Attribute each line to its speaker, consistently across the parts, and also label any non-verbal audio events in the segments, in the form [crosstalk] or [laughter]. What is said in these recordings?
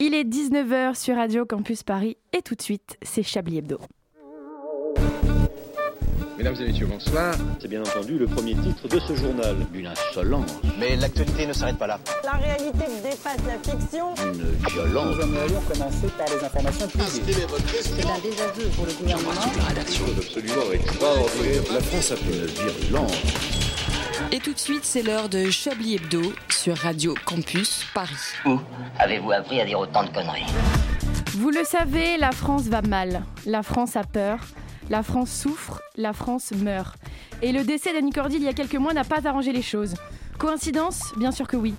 Speaker 1: est 19h sur Radio Campus Paris et tout de suite, c'est Chablis Hebdo.
Speaker 2: Mesdames et messieurs, bonsoir.
Speaker 3: C'est bien entendu le premier titre de ce journal.
Speaker 4: Une insolence.
Speaker 5: Mais l'actualité ne s'arrête pas là.
Speaker 6: La réalité dépasse la fiction.
Speaker 4: Une violence.
Speaker 7: Nous aimerions commencer par les informations privées.
Speaker 8: C'est un désaveu ben, pour le gouvernement.
Speaker 4: J'embrasse
Speaker 5: Ah,
Speaker 4: la rédaction.
Speaker 2: Absolument extraordinaire.
Speaker 4: La France a fait une virulence.
Speaker 9: Et tout de suite, c'est l'heure de Chablis Hebdo sur Radio Campus Paris.
Speaker 10: Où avez-vous appris à dire autant de conneries
Speaker 1: Vous le savez, la France va mal. La France a peur. La France souffre, la France meurt. Et le décès d'Annie Cordy il y a quelques mois n'a pas arrangé les choses. Coïncidence Bien sûr que oui.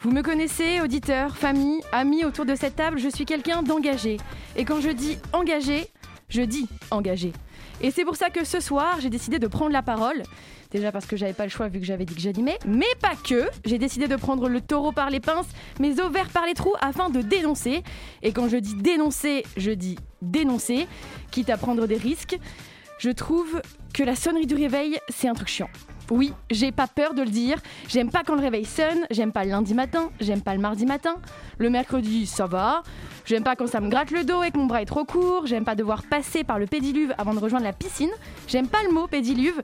Speaker 1: Vous me connaissez, auditeurs, famille, amis autour de cette table, je suis quelqu'un d'engagé. Et quand je dis engagé, je dis engagé. Et c'est pour ça que ce soir, j'ai décidé de prendre la parole. Déjà parce que j'avais pas le choix vu que j'avais dit que j'animais, mais pas que. J'ai décidé de prendre le taureau par les pinces, mes ovaires par les trous afin de dénoncer. Et quand je dis dénoncer, je dis dénoncer, quitte à prendre des risques. Je trouve que la sonnerie du réveil, c'est un truc chiant. Oui, j'ai pas peur de le dire. J'aime pas quand le réveil sonne, j'aime pas le lundi matin, j'aime pas le mardi matin. Le mercredi, ça va. J'aime pas quand ça me gratte le dos et que mon bras est trop court. J'aime pas devoir passer par le pédiluve avant de rejoindre la piscine. J'aime pas le mot pédiluve.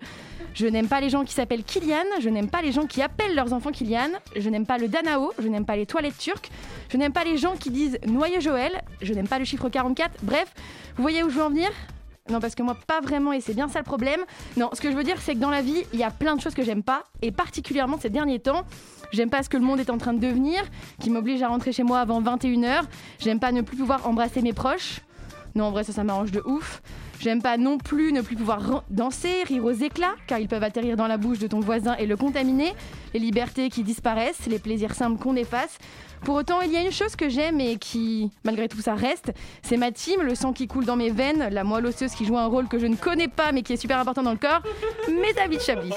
Speaker 1: Je n'aime pas les gens qui s'appellent Kylian, je n'aime pas les gens qui appellent leurs enfants Kylian, je n'aime pas le Danao, je n'aime pas les toilettes turques, je n'aime pas les gens qui disent noyer Joël, je n'aime pas le chiffre 44. Bref, vous voyez où je veux en venir non, parce que moi, pas vraiment, et c'est bien ça le problème. Non, ce que je veux dire, c'est que dans la vie, il y a plein de choses que j'aime pas, et particulièrement ces derniers temps. J'aime pas ce que le monde est en train de devenir, qui m'oblige à rentrer chez moi avant 21h. J'aime pas ne plus pouvoir embrasser mes proches. Non, en vrai, ça, ça m'arrange de ouf. J'aime pas non plus ne plus pouvoir danser, rire aux éclats, car ils peuvent atterrir dans la bouche de ton voisin et le contaminer. Les libertés qui disparaissent, les plaisirs simples qu'on efface. Pour autant, il y a une chose que j'aime et qui, malgré tout ça, reste. C'est ma team, le sang qui coule dans mes veines, la moelle osseuse qui joue un rôle que je ne connais pas mais qui est super important dans le corps, mes habits de Chablis.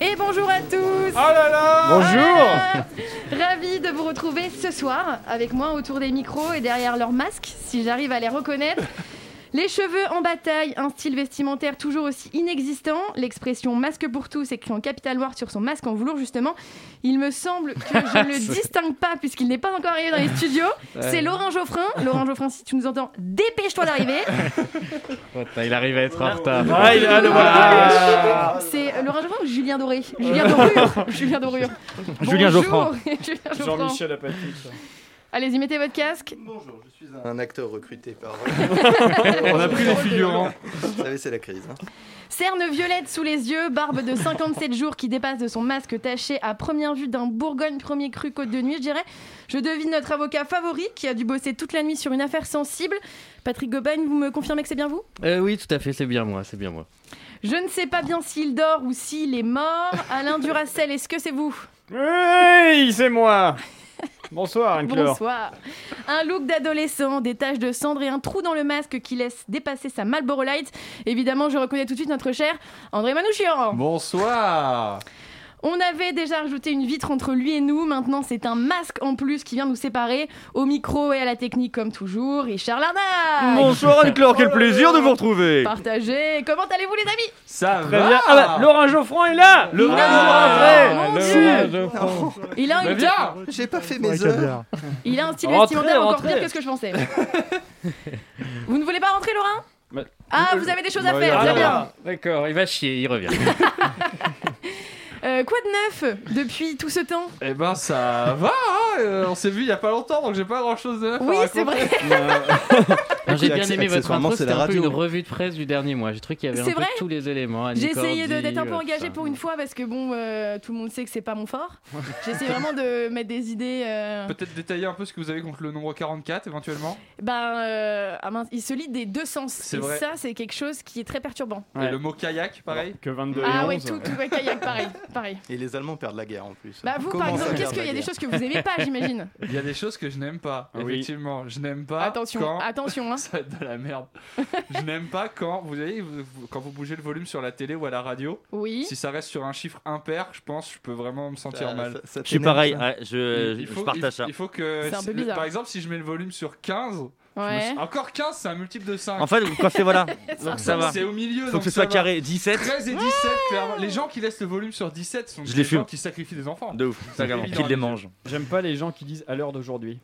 Speaker 1: Et bonjour à tous
Speaker 11: Oh là là
Speaker 1: Bonjour Ravi de vous retrouver ce soir avec moi autour des micros et derrière leurs masques, si j'arrive à
Speaker 12: [laughs]
Speaker 1: les reconnaître. Les cheveux en bataille, un style vestimentaire toujours aussi inexistant, l'expression masque pour tous écrit en capital noir sur son masque en velours justement. Il me semble que
Speaker 12: [laughs]
Speaker 1: je ne le distingue pas puisqu'il n'est pas encore arrivé dans les studios. C'est Laurent Geoffrin. Laurent Geoffrin, si tu nous entends, dépêche-toi d'arriver.
Speaker 11: Putain, il arrive à être en retard.
Speaker 12: Ah, il [laughs] ah, le voilà
Speaker 13: Ah.
Speaker 1: C'est euh, Laurent Geoffrin ou Julien Doré
Speaker 12: [laughs]
Speaker 1: Julien Dorure Julien Dorure.
Speaker 11: Julien Geoffrin.
Speaker 1: [laughs] Julien Geoffrin.
Speaker 12: Jean-Michel Apathy. ça.
Speaker 1: Allez-y, mettez votre casque.
Speaker 14: Bonjour, je suis un, acteur recruté
Speaker 12: [laughs]
Speaker 14: par.
Speaker 11: On a pris les figurants.
Speaker 14: Vous savez, c'est la crise. hein.
Speaker 1: Cerne violette sous les yeux, barbe de 57 jours qui dépasse de son masque taché à première vue d'un Bourgogne premier cru côte de nuit, je dirais. Je devine notre avocat favori qui a dû bosser toute la nuit sur une affaire sensible. Patrick Gobain, vous me confirmez que c'est bien vous
Speaker 13: Euh, oui, tout à fait, c'est bien moi, c'est bien moi.
Speaker 1: Je ne sais pas bien s'il dort ou s'il est mort. Alain Duracel, est-ce que c'est vous
Speaker 12: Oui, c'est moi. Bonsoir, Anne-Claire.
Speaker 1: Bonsoir. Un look d'adolescent, des taches de cendre et un trou dans le masque qui laisse dépasser sa Marlboro Light. Évidemment, je reconnais tout de suite notre cher André Manouchian.
Speaker 11: Bonsoir.
Speaker 1: On avait déjà rajouté une vitre entre lui et nous. Maintenant, c'est un masque en plus qui vient nous séparer. Au micro et à la technique, comme toujours, Richard Larnac.
Speaker 11: Bonsoir Anne-Claire, quel plaisir de vous retrouver.
Speaker 1: Partagez. Comment allez-vous, les amis
Speaker 11: Ça
Speaker 12: Très bien. Ah bah, Laurent Geoffroy est là
Speaker 11: Le vrai
Speaker 1: Ah,
Speaker 11: Laurent
Speaker 1: mon
Speaker 11: Geoffrin.
Speaker 1: Dieu.
Speaker 12: Laurent Geoffroy.
Speaker 1: Il a,
Speaker 12: Bah,
Speaker 1: une-
Speaker 12: viens
Speaker 14: J'ai pas fait mes heures.
Speaker 1: il a un style
Speaker 12: Rentrez,
Speaker 1: vestimentaire encore
Speaker 12: rentrez.
Speaker 1: pire que ce que je pensais. vous ne voulez pas rentrer, Laurent
Speaker 13: Bah,
Speaker 1: Ah, vous avez des choses à
Speaker 11: bah,
Speaker 1: faire.
Speaker 11: ah,
Speaker 1: Très
Speaker 11: non,
Speaker 1: bien.
Speaker 13: D'accord, il va chier,
Speaker 1: [laughs]
Speaker 13: il revient.
Speaker 1: Euh, quoi de neuf depuis tout ce temps
Speaker 11: Eh ben ça va, hein, euh, on s'est vu il y a pas longtemps donc j'ai pas grand chose de neuf à
Speaker 1: Oui,
Speaker 11: raconter.
Speaker 1: c'est vrai.
Speaker 13: Non, J'ai
Speaker 14: puis,
Speaker 13: bien aimé votre
Speaker 14: accessoirement,
Speaker 13: intro,
Speaker 14: c'est
Speaker 13: c'était
Speaker 14: la
Speaker 13: un peu
Speaker 14: radio.
Speaker 13: une revue de presse du dernier mois. J'ai trouvé qu'il y avait un
Speaker 1: C'est
Speaker 13: peu
Speaker 1: vrai
Speaker 13: tous les éléments. Annie
Speaker 1: J'ai essayé de-
Speaker 13: Cordy,
Speaker 1: d'être un peu
Speaker 13: euh, tout
Speaker 1: engagée
Speaker 13: ça.
Speaker 1: pour une fois parce que bon, euh, tout le monde sait que c'est pas mon fort. [laughs] J'essaie vraiment de mettre des idées. euh,
Speaker 11: Euh, Peut-être détailler un peu ce que vous avez contre le nombre 44 éventuellement.
Speaker 1: Ben, euh, ah mince, il se lit des deux sens.
Speaker 11: C'est
Speaker 1: et
Speaker 11: vrai.
Speaker 1: ça, c'est quelque chose qui est très perturbant.
Speaker 11: Et
Speaker 12: Ouais.
Speaker 11: le mot kayak pareil.
Speaker 12: Que 22 et
Speaker 1: Ah ouais,
Speaker 12: 11.
Speaker 1: tout, tout ouais, kayak, pareil, pareil.
Speaker 14: Et les Allemands perdent la guerre en plus.
Speaker 1: Bah vous, par
Speaker 14: Comment ça,
Speaker 1: exemple, qu'est-ce
Speaker 14: perdre la
Speaker 1: qu'il y a des
Speaker 14: guerre
Speaker 1: choses que vous aimez pas, j'imagine.
Speaker 11: [laughs] Il y a des choses que je n'aime pas.
Speaker 12: Oui.
Speaker 11: Effectivement, je n'aime pas
Speaker 1: Attention,
Speaker 11: quand
Speaker 1: attention.
Speaker 11: [laughs]
Speaker 1: Hein.
Speaker 11: ça va être de la merde. je n'aime pas quand vous voyez, vous- vous- quand vous bougez le volume sur la télé ou à la radio.
Speaker 1: Oui.
Speaker 11: Si ça reste sur un chiffre impair, je pense que je peux vraiment me sentir
Speaker 14: Ça-
Speaker 11: mal.
Speaker 14: ça- ça
Speaker 15: Je suis
Speaker 14: t'énerve,
Speaker 15: pareil,
Speaker 14: ça
Speaker 15: ouais, je, je partage
Speaker 11: il,
Speaker 15: ça.
Speaker 14: [laughs]
Speaker 11: il faut que
Speaker 1: C'est un peu
Speaker 11: le-
Speaker 1: bizarre.
Speaker 11: par exemple si je mets le volume sur 15,
Speaker 1: Ouais.
Speaker 11: Encore 15, c'est un multiple de 5.
Speaker 15: En fait, quand c'est voilà. Donc ça
Speaker 11: [laughs]
Speaker 15: va.
Speaker 11: C'est au milieu.
Speaker 15: Faut
Speaker 11: donc
Speaker 15: que ce
Speaker 11: ça
Speaker 15: soit
Speaker 11: va.
Speaker 15: carré. 17.
Speaker 11: 13 et 17, clairement. Les gens qui laissent le volume sur 17 sont
Speaker 15: Je
Speaker 11: des
Speaker 15: les
Speaker 11: gens
Speaker 15: fume.
Speaker 11: qui sacrifient des enfants.
Speaker 15: De ouf.
Speaker 11: C'est
Speaker 15: Vraiment.
Speaker 11: évident.
Speaker 15: Qu'ils les mangent.
Speaker 12: J'aime pas les gens qui disent à l'heure d'aujourd'hui.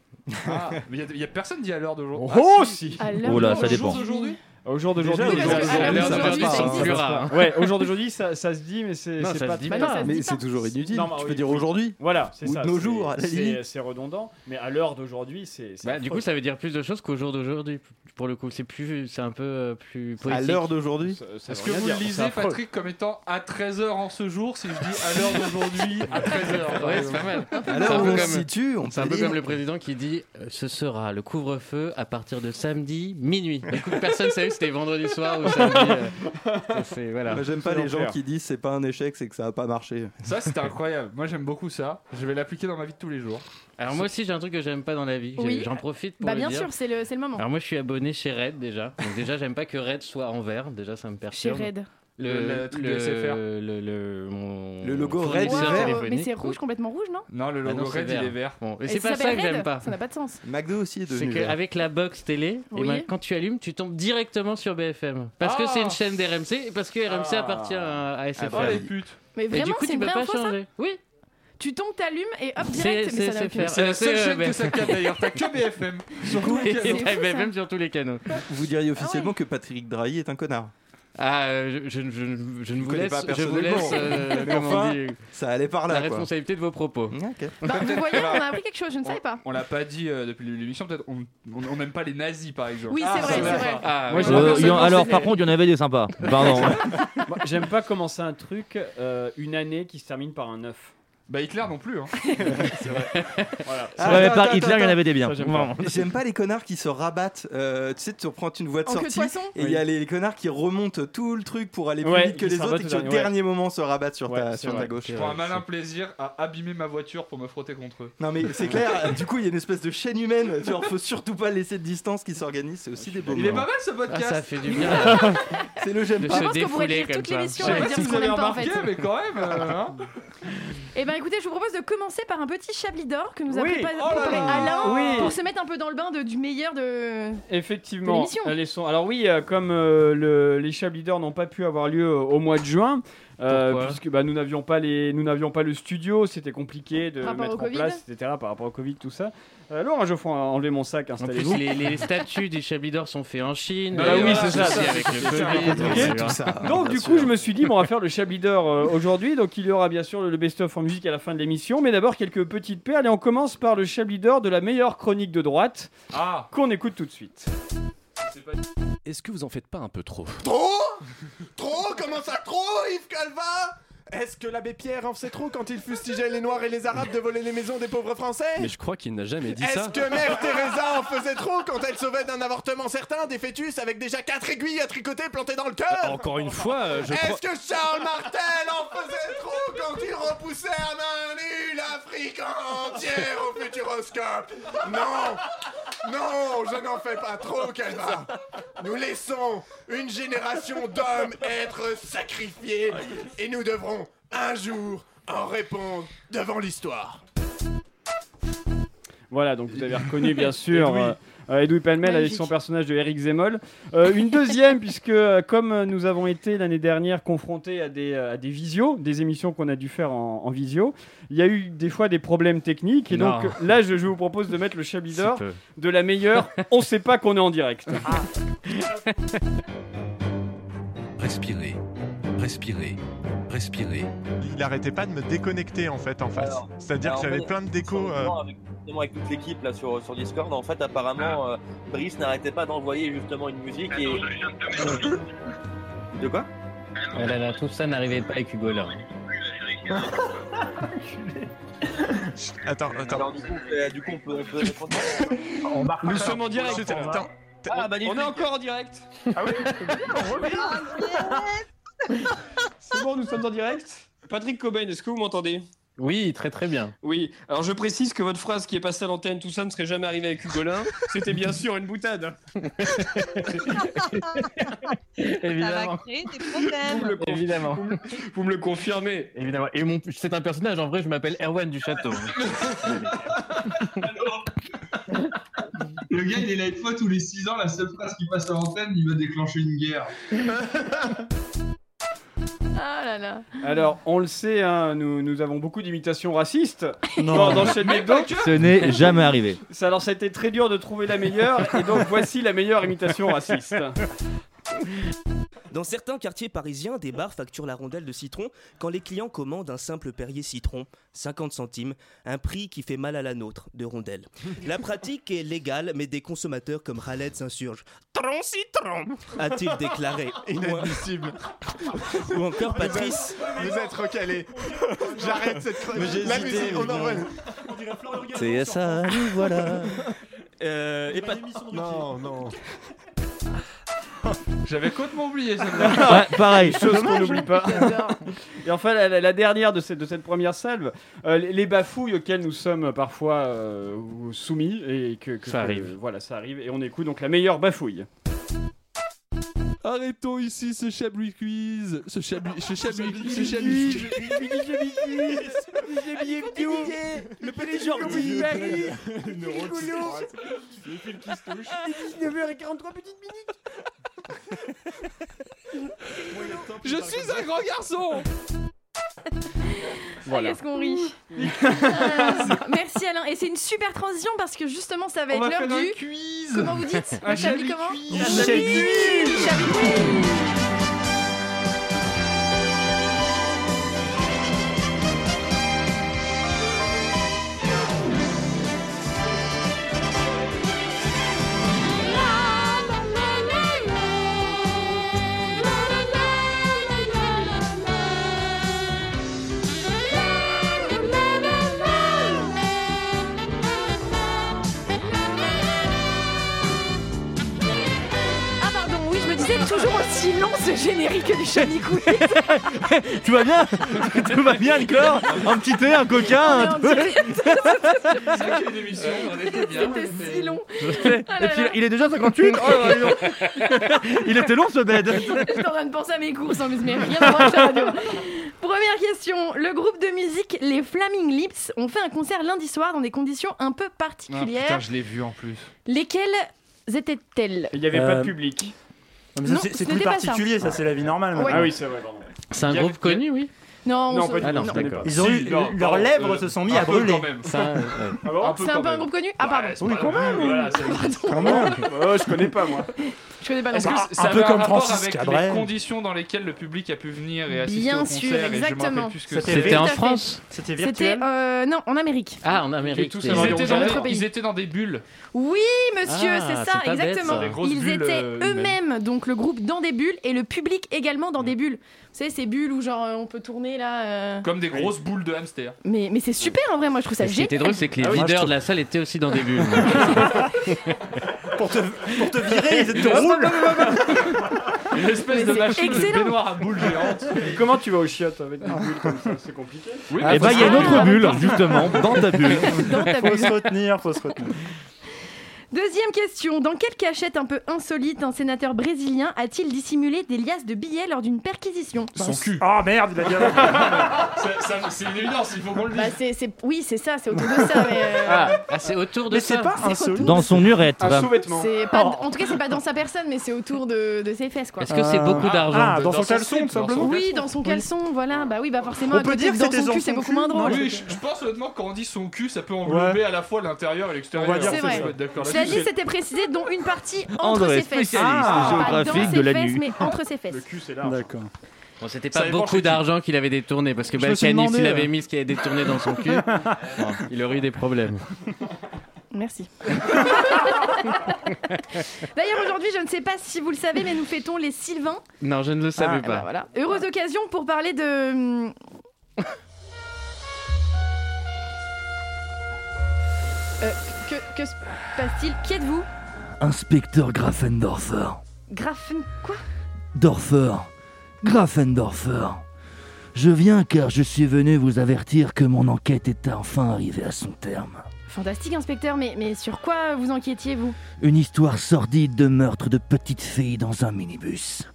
Speaker 11: Ah, mais il n'y a, personne dit à l'heure d'aujourd'hui.
Speaker 12: Oh,
Speaker 11: Ah,
Speaker 12: si.
Speaker 11: À l'heure
Speaker 12: Oh là,
Speaker 11: d'aujourd'hui.
Speaker 12: ça dépend.
Speaker 11: Au jour d'aujourd'hui
Speaker 12: Au jour d'aujourd'hui,
Speaker 11: Déjà,
Speaker 12: au jour
Speaker 11: oui, parce que à
Speaker 12: d'aujourd'hui,
Speaker 11: l'heure
Speaker 12: ça
Speaker 11: d'aujourd'hui,
Speaker 12: passe
Speaker 11: ça
Speaker 12: pas, ça
Speaker 11: existe.
Speaker 12: passe pas.
Speaker 11: Plus rare. hein.
Speaker 12: Ouais, au jour d'aujourd'hui, ça, ça se dit, mais c'est
Speaker 11: Non,
Speaker 12: c'est
Speaker 11: ça
Speaker 12: pas
Speaker 11: se dit
Speaker 12: très
Speaker 11: pas.
Speaker 12: bien.
Speaker 11: Mais c'est
Speaker 14: toujours inutile.
Speaker 12: Non, bah
Speaker 14: Tu peux
Speaker 12: oui,
Speaker 14: dire
Speaker 12: c'est-
Speaker 14: aujourd'hui.
Speaker 12: Voilà, c'est
Speaker 14: Ou de
Speaker 12: ça.
Speaker 14: nos
Speaker 12: c'est-
Speaker 14: jours, à la
Speaker 12: c'est-
Speaker 14: limite.
Speaker 12: C'est redondant, mais à l'heure d'aujourd'hui, c'est. c'est
Speaker 13: Bah, du
Speaker 12: affreux.
Speaker 13: coup, ça veut dire plus de choses qu'au jour d'aujourd'hui. Pour le coup, c'est plus, c'est un peu euh, plus
Speaker 14: À
Speaker 13: poétique.
Speaker 14: l'heure d'aujourd'hui.
Speaker 11: Est-ce que vous le lisez, Patrick, comme étant à 13h en ce jour, si je dis à l'heure d'aujourd'hui, à 13h
Speaker 13: Ouais, c'est pas mal.
Speaker 14: Alors, on se situe, on
Speaker 13: C'est un
Speaker 14: peut
Speaker 13: peu
Speaker 14: lire.
Speaker 13: comme le président qui dit euh, ce sera le couvre-feu à partir de samedi minuit. Du coup, personne savait si c'était vendredi
Speaker 12: [laughs]
Speaker 13: soir ou samedi. euh, ça, c'est- voilà.
Speaker 14: Moi, J'aime pas les gens qui disent c'est pas un échec, c'est que ça a pas marché.
Speaker 11: Ça,
Speaker 14: [laughs]
Speaker 11: c'était incroyable. Moi, j'aime beaucoup ça. Je vais l'appliquer dans ma vie de tous les jours.
Speaker 13: Alors moi aussi, j'ai un truc que j'aime pas dans la vie. J'ai-
Speaker 1: Oui.
Speaker 13: J'en profite pour
Speaker 1: Bah
Speaker 13: le
Speaker 1: bien
Speaker 13: dire.
Speaker 1: sûr, c'est le, c'est le moment.
Speaker 13: Alors moi, je suis abonné chez Red déjà. Donc déjà, j'aime pas que Red soit en vert. Déjà, ça me perturbe.
Speaker 1: Chez Red.
Speaker 11: Le- le truc de SFR.
Speaker 13: Le, Ah le- mon
Speaker 11: Le logo Red est
Speaker 13: fournisseur
Speaker 11: vert.
Speaker 1: Oh,
Speaker 13: téléphonique.
Speaker 1: mais c'est rouge, complètement rouge, non
Speaker 11: Non, le
Speaker 13: Ah
Speaker 11: logo
Speaker 13: non, c'est
Speaker 11: Red, il est vert.
Speaker 13: Bon, et
Speaker 1: Et
Speaker 13: c'est
Speaker 1: ça
Speaker 13: pas ça
Speaker 1: s'appelle
Speaker 13: que
Speaker 1: Red
Speaker 13: j'aime pas.
Speaker 1: Ça n'a pas de sens.
Speaker 14: McDo aussi est
Speaker 13: C'est
Speaker 14: devenu. vert.
Speaker 13: qu'avec la box télé, et
Speaker 1: Oui.
Speaker 13: ben, quand tu allumes, tu tombes directement sur BFM. Parce que
Speaker 1: Ah.
Speaker 13: c'est une chaîne d'RMC et parce que RMC
Speaker 11: Ah.
Speaker 13: appartient à, à SFR.
Speaker 11: Oh les putes
Speaker 1: Mais
Speaker 13: Et
Speaker 1: vraiment,
Speaker 13: du coup,
Speaker 1: c'est
Speaker 13: tu
Speaker 1: une
Speaker 13: peux
Speaker 1: vraie
Speaker 13: pas
Speaker 1: info,
Speaker 13: changer.
Speaker 1: ça Oui. Tu tombes, t'allumes et hop,
Speaker 13: C'est-
Speaker 1: direct.
Speaker 13: c'est-
Speaker 1: Mais ça n'a
Speaker 13: c'est
Speaker 1: aucune-
Speaker 13: faire. Euh,
Speaker 11: C'est la seule
Speaker 13: C'est E
Speaker 11: chaîne que
Speaker 13: BFM.
Speaker 11: ça capte d'ailleurs. T'as que
Speaker 13: [laughs]
Speaker 11: BFM. Sur tous les canaux.
Speaker 13: Et BFM sur tous les canaux.
Speaker 14: Vous diriez officiellement que Patrick Drahi est un connard.
Speaker 13: Ah, euh, je, je, je- je ne vous
Speaker 14: connais
Speaker 13: laisse,
Speaker 14: pas
Speaker 13: je vous laisse
Speaker 14: personnellement.
Speaker 13: euh,
Speaker 14: Mais
Speaker 13: comment
Speaker 14: enfin,
Speaker 13: dire,
Speaker 14: ça allait par là,
Speaker 13: La
Speaker 14: quoi.
Speaker 13: responsabilité de vos propos.
Speaker 1: Bah,
Speaker 14: [laughs]
Speaker 1: vous voyez, on a appris quelque chose, je ne savais pas.
Speaker 11: On l'a pas dit euh, depuis l'émission, peut-être. On on- on n'aime pas les nazis, par exemple.
Speaker 1: Oui, c'est vrai, c'est vrai.
Speaker 11: Ah,
Speaker 15: Moi,
Speaker 11: oui.
Speaker 15: je- Euh, il y en- alors, par contre, il y en avait des
Speaker 13: [laughs]
Speaker 15: sympas. Pardon.
Speaker 12: Moi, J'aime pas commencer un truc, euh, une année qui se termine par un 9.
Speaker 11: Bah Hitler non
Speaker 13: [laughs]
Speaker 11: plus. Hein.
Speaker 12: c'est vrai. Voilà.
Speaker 15: Ah, Ouais, mais par Hitler, il y en avait des biens.
Speaker 12: Ça, j'aime pas.
Speaker 15: Vraiment.
Speaker 14: J'aime pas les connards qui se rabattent. euh, tu sais, tu reprends une voie de
Speaker 12: En queue de
Speaker 14: sortie
Speaker 12: poisson
Speaker 14: et il y a les connards qui remontent tout le truc pour aller plus
Speaker 12: Ouais,
Speaker 14: vite que
Speaker 12: qui
Speaker 14: les
Speaker 12: se
Speaker 14: autres et
Speaker 12: rabattent
Speaker 14: qui
Speaker 12: au
Speaker 14: au
Speaker 12: dernier-
Speaker 14: dernier
Speaker 12: ouais.
Speaker 14: moment se rabattent sur
Speaker 12: Ouais,
Speaker 14: ta,
Speaker 12: c'est
Speaker 14: sur
Speaker 12: vrai.
Speaker 14: ta gauche.
Speaker 11: Je prends un malin plaisir à abîmer ma voiture pour me frotter contre eux.
Speaker 14: Non mais c'est
Speaker 11: [laughs]
Speaker 14: clair, du coup il y a une espèce de chaîne humaine, genre faut surtout pas laisser de distance qui s'organise, c'est aussi des beaux
Speaker 11: Il est
Speaker 14: moments.
Speaker 11: pas mal ce podcast.
Speaker 13: Ah, ça fait du bien.
Speaker 14: [laughs] c'est le j'aime
Speaker 13: De
Speaker 14: pas.
Speaker 13: se
Speaker 1: qu'on pourrait
Speaker 13: défouler
Speaker 1: lire
Speaker 13: comme
Speaker 1: toute l'émission,
Speaker 13: ça.
Speaker 1: on va dire
Speaker 11: Si
Speaker 1: ce
Speaker 11: vous
Speaker 1: qu'on
Speaker 11: avez
Speaker 1: aime pas en fait.
Speaker 11: remarqué, mais quand même.
Speaker 14: [laughs]
Speaker 11: euh, hein.
Speaker 1: Eh ben écoutez, je vous propose de commencer par un petit chablis d'or que nous a
Speaker 12: Oui.
Speaker 1: prépa-
Speaker 12: Oh là
Speaker 1: préparé
Speaker 12: là.
Speaker 1: Alain
Speaker 12: Oui.
Speaker 1: pour se mettre un peu dans le bain de- du meilleur de. de
Speaker 12: Effectivement,
Speaker 1: l'émission.
Speaker 12: les sons. Alors oui, euh, comme euh, le- les Chablis leaders n'ont pas pu avoir lieu euh, au mois de juin, euh,
Speaker 13: Pourquoi
Speaker 12: puisque bah, nous n'avions pas les, nous n'avions pas le studio, c'était compliqué de
Speaker 1: Rapport au
Speaker 12: mettre en
Speaker 1: Covid.
Speaker 12: place, etc. Par rapport au Covid, tout ça. Euh, Laurent Geoffroy a enlevé mon sac,
Speaker 13: En plus,
Speaker 12: installez-vous.
Speaker 13: les,
Speaker 12: [laughs]
Speaker 13: les statues du Chablis d'Or sont faites en Chine.
Speaker 12: Bah oui,
Speaker 13: Voilà,
Speaker 12: c'est ça.
Speaker 13: aussi Avec
Speaker 12: C'est ça.
Speaker 13: le Covid. euh,
Speaker 12: C'est
Speaker 13: etc.
Speaker 12: tout ça. Donc du coup, je me suis dit, bon, on va faire le Chablis d'or euh, aujourd'hui. Donc il y aura bien sûr le best-of en musique à la fin de l'émission, mais d'abord quelques petites perles. Et on commence par le Chablis d'or de la meilleure chronique de droite
Speaker 11: Ah.
Speaker 12: qu'on écoute tout de suite.
Speaker 16: Est-ce que vous en faites pas un peu trop
Speaker 17: Trop Trop Comment ça trop, Yves Calva Est-ce que l'abbé Pierre en faisait trop quand il fustigeait les Noirs et les Arabes de voler les maisons des pauvres Français
Speaker 16: Mais je crois qu'il n'a jamais dit
Speaker 17: Est-ce
Speaker 16: ça.
Speaker 17: que Mère Teresa en faisait trop quand elle sauvait d'un avortement certain des fœtus avec déjà quatre aiguilles à tricoter plantées dans le
Speaker 18: Ah,
Speaker 17: cœur
Speaker 16: Encore une fois, euh, je crois.
Speaker 17: Est-ce que Charles Martel en faisait trop quand il repoussait à main nue l'Afrique entière au futuroscope Non Non, je n'en fais pas trop, Calva Nous laissons une génération d'hommes être sacrifiés et nous devrons un jour en répondre devant l'histoire.
Speaker 12: Voilà, donc vous avez reconnu
Speaker 13: [laughs]
Speaker 12: bien sûr
Speaker 16: Edoui.
Speaker 12: euh, euh, Edoui Palmel avec
Speaker 16: Magnifique.
Speaker 12: son personnage de Eric Zemmour. Euh, une deuxième, [laughs] puisque euh, comme euh, nous avons été l'année dernière confrontés à des, euh, à des visios, des émissions qu'on a dû faire en, en visio, il y a eu des fois des problèmes techniques. Et
Speaker 13: Non.
Speaker 12: donc euh, là, je, je vous propose de mettre le Chablis
Speaker 13: Si
Speaker 12: d'or
Speaker 13: peu.
Speaker 12: de la meilleure On sait pas qu'on est en direct.
Speaker 19: Respirez, respirez, respirez.
Speaker 20: Il arrêtait pas de me déconnecter en fait en face. C'est-à-dire que j'avais plein de décos. euh,
Speaker 21: Avec, justement, avec toute l'équipe là sur, sur Discord, en fait, apparemment,
Speaker 20: Ah.
Speaker 21: euh, Brice n'arrêtait pas d'envoyer justement une musique et. De quoi
Speaker 13: Oh là là, tout ça n'arrivait pas avec Hugo là.
Speaker 20: [laughs] Attends, attends.
Speaker 21: Euh, du coup, on peut. On peut
Speaker 20: Nous sommes en direct. C'était- attends,
Speaker 21: Ah, magnifique.
Speaker 12: On est encore en direct.
Speaker 20: Ah oui
Speaker 12: C'est bon, nous sommes en direct. Patrick Cobain, est-ce que vous m'entendez
Speaker 13: Oui, très très bien.
Speaker 12: Oui, alors je précise que votre phrase qui est passée à l'antenne, tout ça ne serait jamais arrivé avec Hugolin. C'était bien sûr une boutade.
Speaker 13: Évidemment.
Speaker 22: créer des
Speaker 13: Vous me le conf- Évidemment. Vous me le confirmez. Évidemment. Et mon... c'est un personnage, en vrai, je m'appelle Erwan du Château.
Speaker 23: [laughs] Le gars, il est là une fois tous les 6 ans, la seule phrase qui passe à l'antenne, il va déclencher
Speaker 14: [laughs]
Speaker 23: une guerre.
Speaker 1: Ah là là.
Speaker 12: Alors, on le sait, hein, nous, nous avons beaucoup d'imitations racistes dans, dans cette hebdo.
Speaker 18: Ce n'est jamais arrivé.
Speaker 12: Ça, alors, ça a été très dur de trouver la meilleure, et donc voici la meilleure imitation raciste.
Speaker 8: [laughs] Dans certains quartiers parisiens, des bars facturent la rondelle de citron quand les clients commandent un simple Perrier citron, 50 centimes, un prix qui fait mal à la nôtre de rondelle. La pratique est légale, mais des consommateurs comme Khaled s'insurgent. Tron citron a-t-il déclaré
Speaker 24: [laughs]
Speaker 18: [laughs]
Speaker 24: Inadmissible.
Speaker 8: Ou encore Patrice.
Speaker 24: Vous êtes
Speaker 8: [laughs]
Speaker 24: recalé. J'arrête cette chronique.
Speaker 8: Mais j'ai
Speaker 24: La
Speaker 8: hésité,
Speaker 24: musique, on
Speaker 8: mais
Speaker 24: envoie.
Speaker 8: bon.
Speaker 24: On dirait Florian Gazan
Speaker 8: C'est
Speaker 24: sur-
Speaker 8: ça, hein, nous voilà.
Speaker 24: Euh,
Speaker 8: et pas-
Speaker 24: Non, non.
Speaker 11: J'avais complètement oublié
Speaker 12: Ouais,
Speaker 11: celle-là.
Speaker 12: pareil, chose qu'on n'oublie pas.
Speaker 11: J'adore.
Speaker 12: Et enfin, la, la- la dernière de cette, de cette première salve, euh, les, les bafouilles auxquelles nous sommes parfois euh, soumis et que, que-
Speaker 18: Ça
Speaker 12: que-
Speaker 18: arrive.
Speaker 12: voilà, ça arrive et on écoute donc la meilleure bafouille.
Speaker 25: Arrêtons ici ce chablis quiz. Ce chablis,
Speaker 11: [laughs]
Speaker 25: ce chablis, ce
Speaker 24: Chablis
Speaker 25: chablis.
Speaker 24: Le
Speaker 17: petit Jordi.
Speaker 24: Les fils qui se touchent.
Speaker 17: 19h43 petites minutes.
Speaker 25: Je suis un grand garçon.
Speaker 12: Voilà.
Speaker 1: Qu'est-ce qu'on rit [laughs] Euh, Merci Alain. Et c'est une super transition parce que justement, ça va
Speaker 24: On
Speaker 1: être
Speaker 24: va
Speaker 1: l'heure
Speaker 24: faire un
Speaker 1: du.
Speaker 24: quiz.
Speaker 1: Comment vous dites
Speaker 24: Un
Speaker 1: Vous savez
Speaker 24: chablis
Speaker 1: comment
Speaker 24: quiz.
Speaker 1: Un
Speaker 24: Chablis
Speaker 1: chablis [laughs]
Speaker 24: quiz.
Speaker 1: Chablis quiz. Ah pardon, oui, je me disais toujours aussi long ce générique du chablis quiz.
Speaker 18: Tout va bien [laughs] Tout va bien, Nicolas Un petit thé, un coca, un peu.
Speaker 11: C'est vrai qu'il y a une émission, on était bien.
Speaker 1: C'était si long.
Speaker 18: [laughs] Et puis, il est déjà 58 Oh, là, dis donc. [laughs] Il était long ce bed
Speaker 1: J'étais en train de penser à mes courses en plus, mais rien à voir avec la radio. Première question. Le groupe de musique Les Flaming Lips ont fait un concert lundi soir dans des conditions un peu
Speaker 11: Ah,
Speaker 1: particulières.
Speaker 11: putain, je l'ai vu en plus.
Speaker 1: Lesquelles étaient-elles
Speaker 12: Il n'y avait pas de
Speaker 15: Euh,
Speaker 12: public.
Speaker 15: Non, mais ça,
Speaker 1: Non,
Speaker 15: c'est
Speaker 1: ce
Speaker 15: c'est plus
Speaker 1: n'était pas ça.
Speaker 15: particulier, ça, c'est la vie normale.
Speaker 1: Ouais.
Speaker 15: maintenant.
Speaker 1: Ah oui,
Speaker 12: c'est vrai, pardon.
Speaker 13: C'est un groupe
Speaker 14: [laughs]
Speaker 13: connu, oui
Speaker 1: Non, on
Speaker 15: Non,
Speaker 1: se-
Speaker 15: pas du
Speaker 1: non.
Speaker 13: Ah non,
Speaker 15: non,
Speaker 13: d'accord.
Speaker 15: Ils ont eu- leurs lèvres se sont mis
Speaker 11: Ah,
Speaker 15: à brûler.
Speaker 13: Ça, ouais.
Speaker 1: C'est un peu un groupe connu Ah pardon.
Speaker 15: Oui, quand même.
Speaker 12: Quand même. Oh, je connais pas moi.
Speaker 1: Je connais pas
Speaker 11: Est-ce que
Speaker 1: nom.
Speaker 11: ça avait un rapport avec les conditions dans lesquelles le public a pu venir et assister
Speaker 1: Bien
Speaker 11: au concert
Speaker 1: sûr,
Speaker 11: et je me rappelle
Speaker 1: exactement.
Speaker 11: plus ce que
Speaker 13: C'était C'était en
Speaker 1: Tout à fait.
Speaker 13: France
Speaker 15: C'était
Speaker 1: C'était euh, non en Amérique.
Speaker 13: Ah, en Amérique.
Speaker 11: Tous
Speaker 13: t'es-
Speaker 11: ils,
Speaker 13: Ils
Speaker 11: étaient
Speaker 13: étaient
Speaker 11: dans
Speaker 13: en
Speaker 11: des-
Speaker 13: Europe.
Speaker 11: ils étaient dans des bulles.
Speaker 1: Oui, monsieur,
Speaker 13: Ah,
Speaker 1: c'est ça,
Speaker 13: c'est pas bête,
Speaker 1: exactement.
Speaker 13: ça. Des grosses
Speaker 1: Ils
Speaker 13: bulles,
Speaker 1: étaient
Speaker 13: euh,
Speaker 1: eux-mêmes, donc le groupe dans des bulles et le public également dans des bulles. Vous savez, ces bulles où genre euh, on peut tourner là. euh.
Speaker 11: Comme des grosses boules
Speaker 1: [laughs]
Speaker 11: de hamster.
Speaker 1: Mais, mais c'est super en vrai, moi je trouve ça
Speaker 13: Et Ce qui
Speaker 1: génial.
Speaker 13: était drôle, c'est que les
Speaker 11: Ah oui, moi, je
Speaker 13: leaders de la salle étaient aussi dans des bulles.
Speaker 15: Pour te, pour te virer, ils te roulent.
Speaker 12: [laughs]
Speaker 11: Une espèce de
Speaker 12: c'est
Speaker 11: machine
Speaker 12: excellent.
Speaker 11: de baignoire à boules géantes.
Speaker 12: Et comment tu vas aux chiottes avec des bulles comme ça C'est compliqué.
Speaker 18: Eh ben, il y a une autre bulle, justement, dans ta bulle.
Speaker 15: Faut se retenir, faut se retenir.
Speaker 1: Deuxième question. Dans quelle cachette un peu insolite un sénateur brésilien a-t-il dissimulé des liasses de billets lors d'une perquisition
Speaker 15: Son cul. Oh merde, il a
Speaker 14: [laughs]
Speaker 15: bien.
Speaker 11: Ça- ça- C'est une évidence, il faut qu'on le dise.
Speaker 1: Bah, c'est- c'est- Oui, c'est ça, c'est autour de ça. Mais euh,
Speaker 13: Ah, c'est autour de
Speaker 15: Mais
Speaker 13: ça.
Speaker 15: c'est pas un solide.
Speaker 18: Dans son urètre.
Speaker 1: c'est
Speaker 15: Oh.
Speaker 1: pas- En tout cas, c'est pas dans sa personne, mais c'est autour de, de ses fesses. quoi.
Speaker 13: Est-ce que c'est beaucoup d'argent
Speaker 15: Ah, dans son
Speaker 11: Dans son
Speaker 15: caleçon,
Speaker 11: slip,
Speaker 15: tout simplement.
Speaker 1: Oui, dans son caleçon, voilà. Bah oui, bah forcément,
Speaker 15: On
Speaker 1: à
Speaker 15: peut
Speaker 1: côté
Speaker 15: dire
Speaker 1: de
Speaker 15: que
Speaker 1: dans
Speaker 15: c'était
Speaker 1: son
Speaker 15: dans
Speaker 1: cul,
Speaker 15: son
Speaker 1: c'est beaucoup
Speaker 15: cul.
Speaker 1: moins drôle.
Speaker 11: Oui, je, je pense honnêtement quand on dit son cul, ça peut englober à la fois l'intérieur et l'extérieur.
Speaker 15: On va dire
Speaker 1: C'est vrai. Cela dit, c'était précisé, dont une partie entre
Speaker 18: André,
Speaker 1: ses fesses.
Speaker 18: spécialiste
Speaker 15: Ah.
Speaker 1: pas dans
Speaker 18: géographique
Speaker 1: ses
Speaker 18: de la
Speaker 1: fesses,
Speaker 18: nuit.
Speaker 1: mais entre ses fesses.
Speaker 12: cul, c'est large.
Speaker 15: D'accord.
Speaker 13: Bon, c'était
Speaker 11: Ça
Speaker 13: pas
Speaker 11: dépend chez
Speaker 13: beaucoup
Speaker 11: qui.
Speaker 13: d'argent qu'il avait détourné parce que
Speaker 15: Je me suis
Speaker 13: Balkany,
Speaker 15: demandé, euh.
Speaker 13: s'il
Speaker 15: ouais.
Speaker 13: avait mis ce qu'il avait détourné
Speaker 15: [laughs]
Speaker 13: dans son cul, bon, il aurait eu des problèmes.
Speaker 1: [laughs] Merci. D'ailleurs, aujourd'hui, je ne sais pas si vous le savez, mais nous fêtons les Sylvains.
Speaker 13: Non, je ne le savais
Speaker 1: eh
Speaker 13: pas.
Speaker 1: ben voilà. Heureuse occasion pour parler de. hum, Euh, que, que se passe-t-il Qui êtes-vous
Speaker 4: [laughs] Inspecteur Grafendorfer.
Speaker 1: Grafen. Quoi
Speaker 4: Dorfer. Grafendorfer. Je viens car je suis venu vous avertir que mon enquête est enfin arrivée à son terme.
Speaker 1: Fantastique, inspecteur, mais, mais sur quoi vous inquiétiez-vous
Speaker 4: Une histoire sordide de meurtre de petite fille dans un minibus.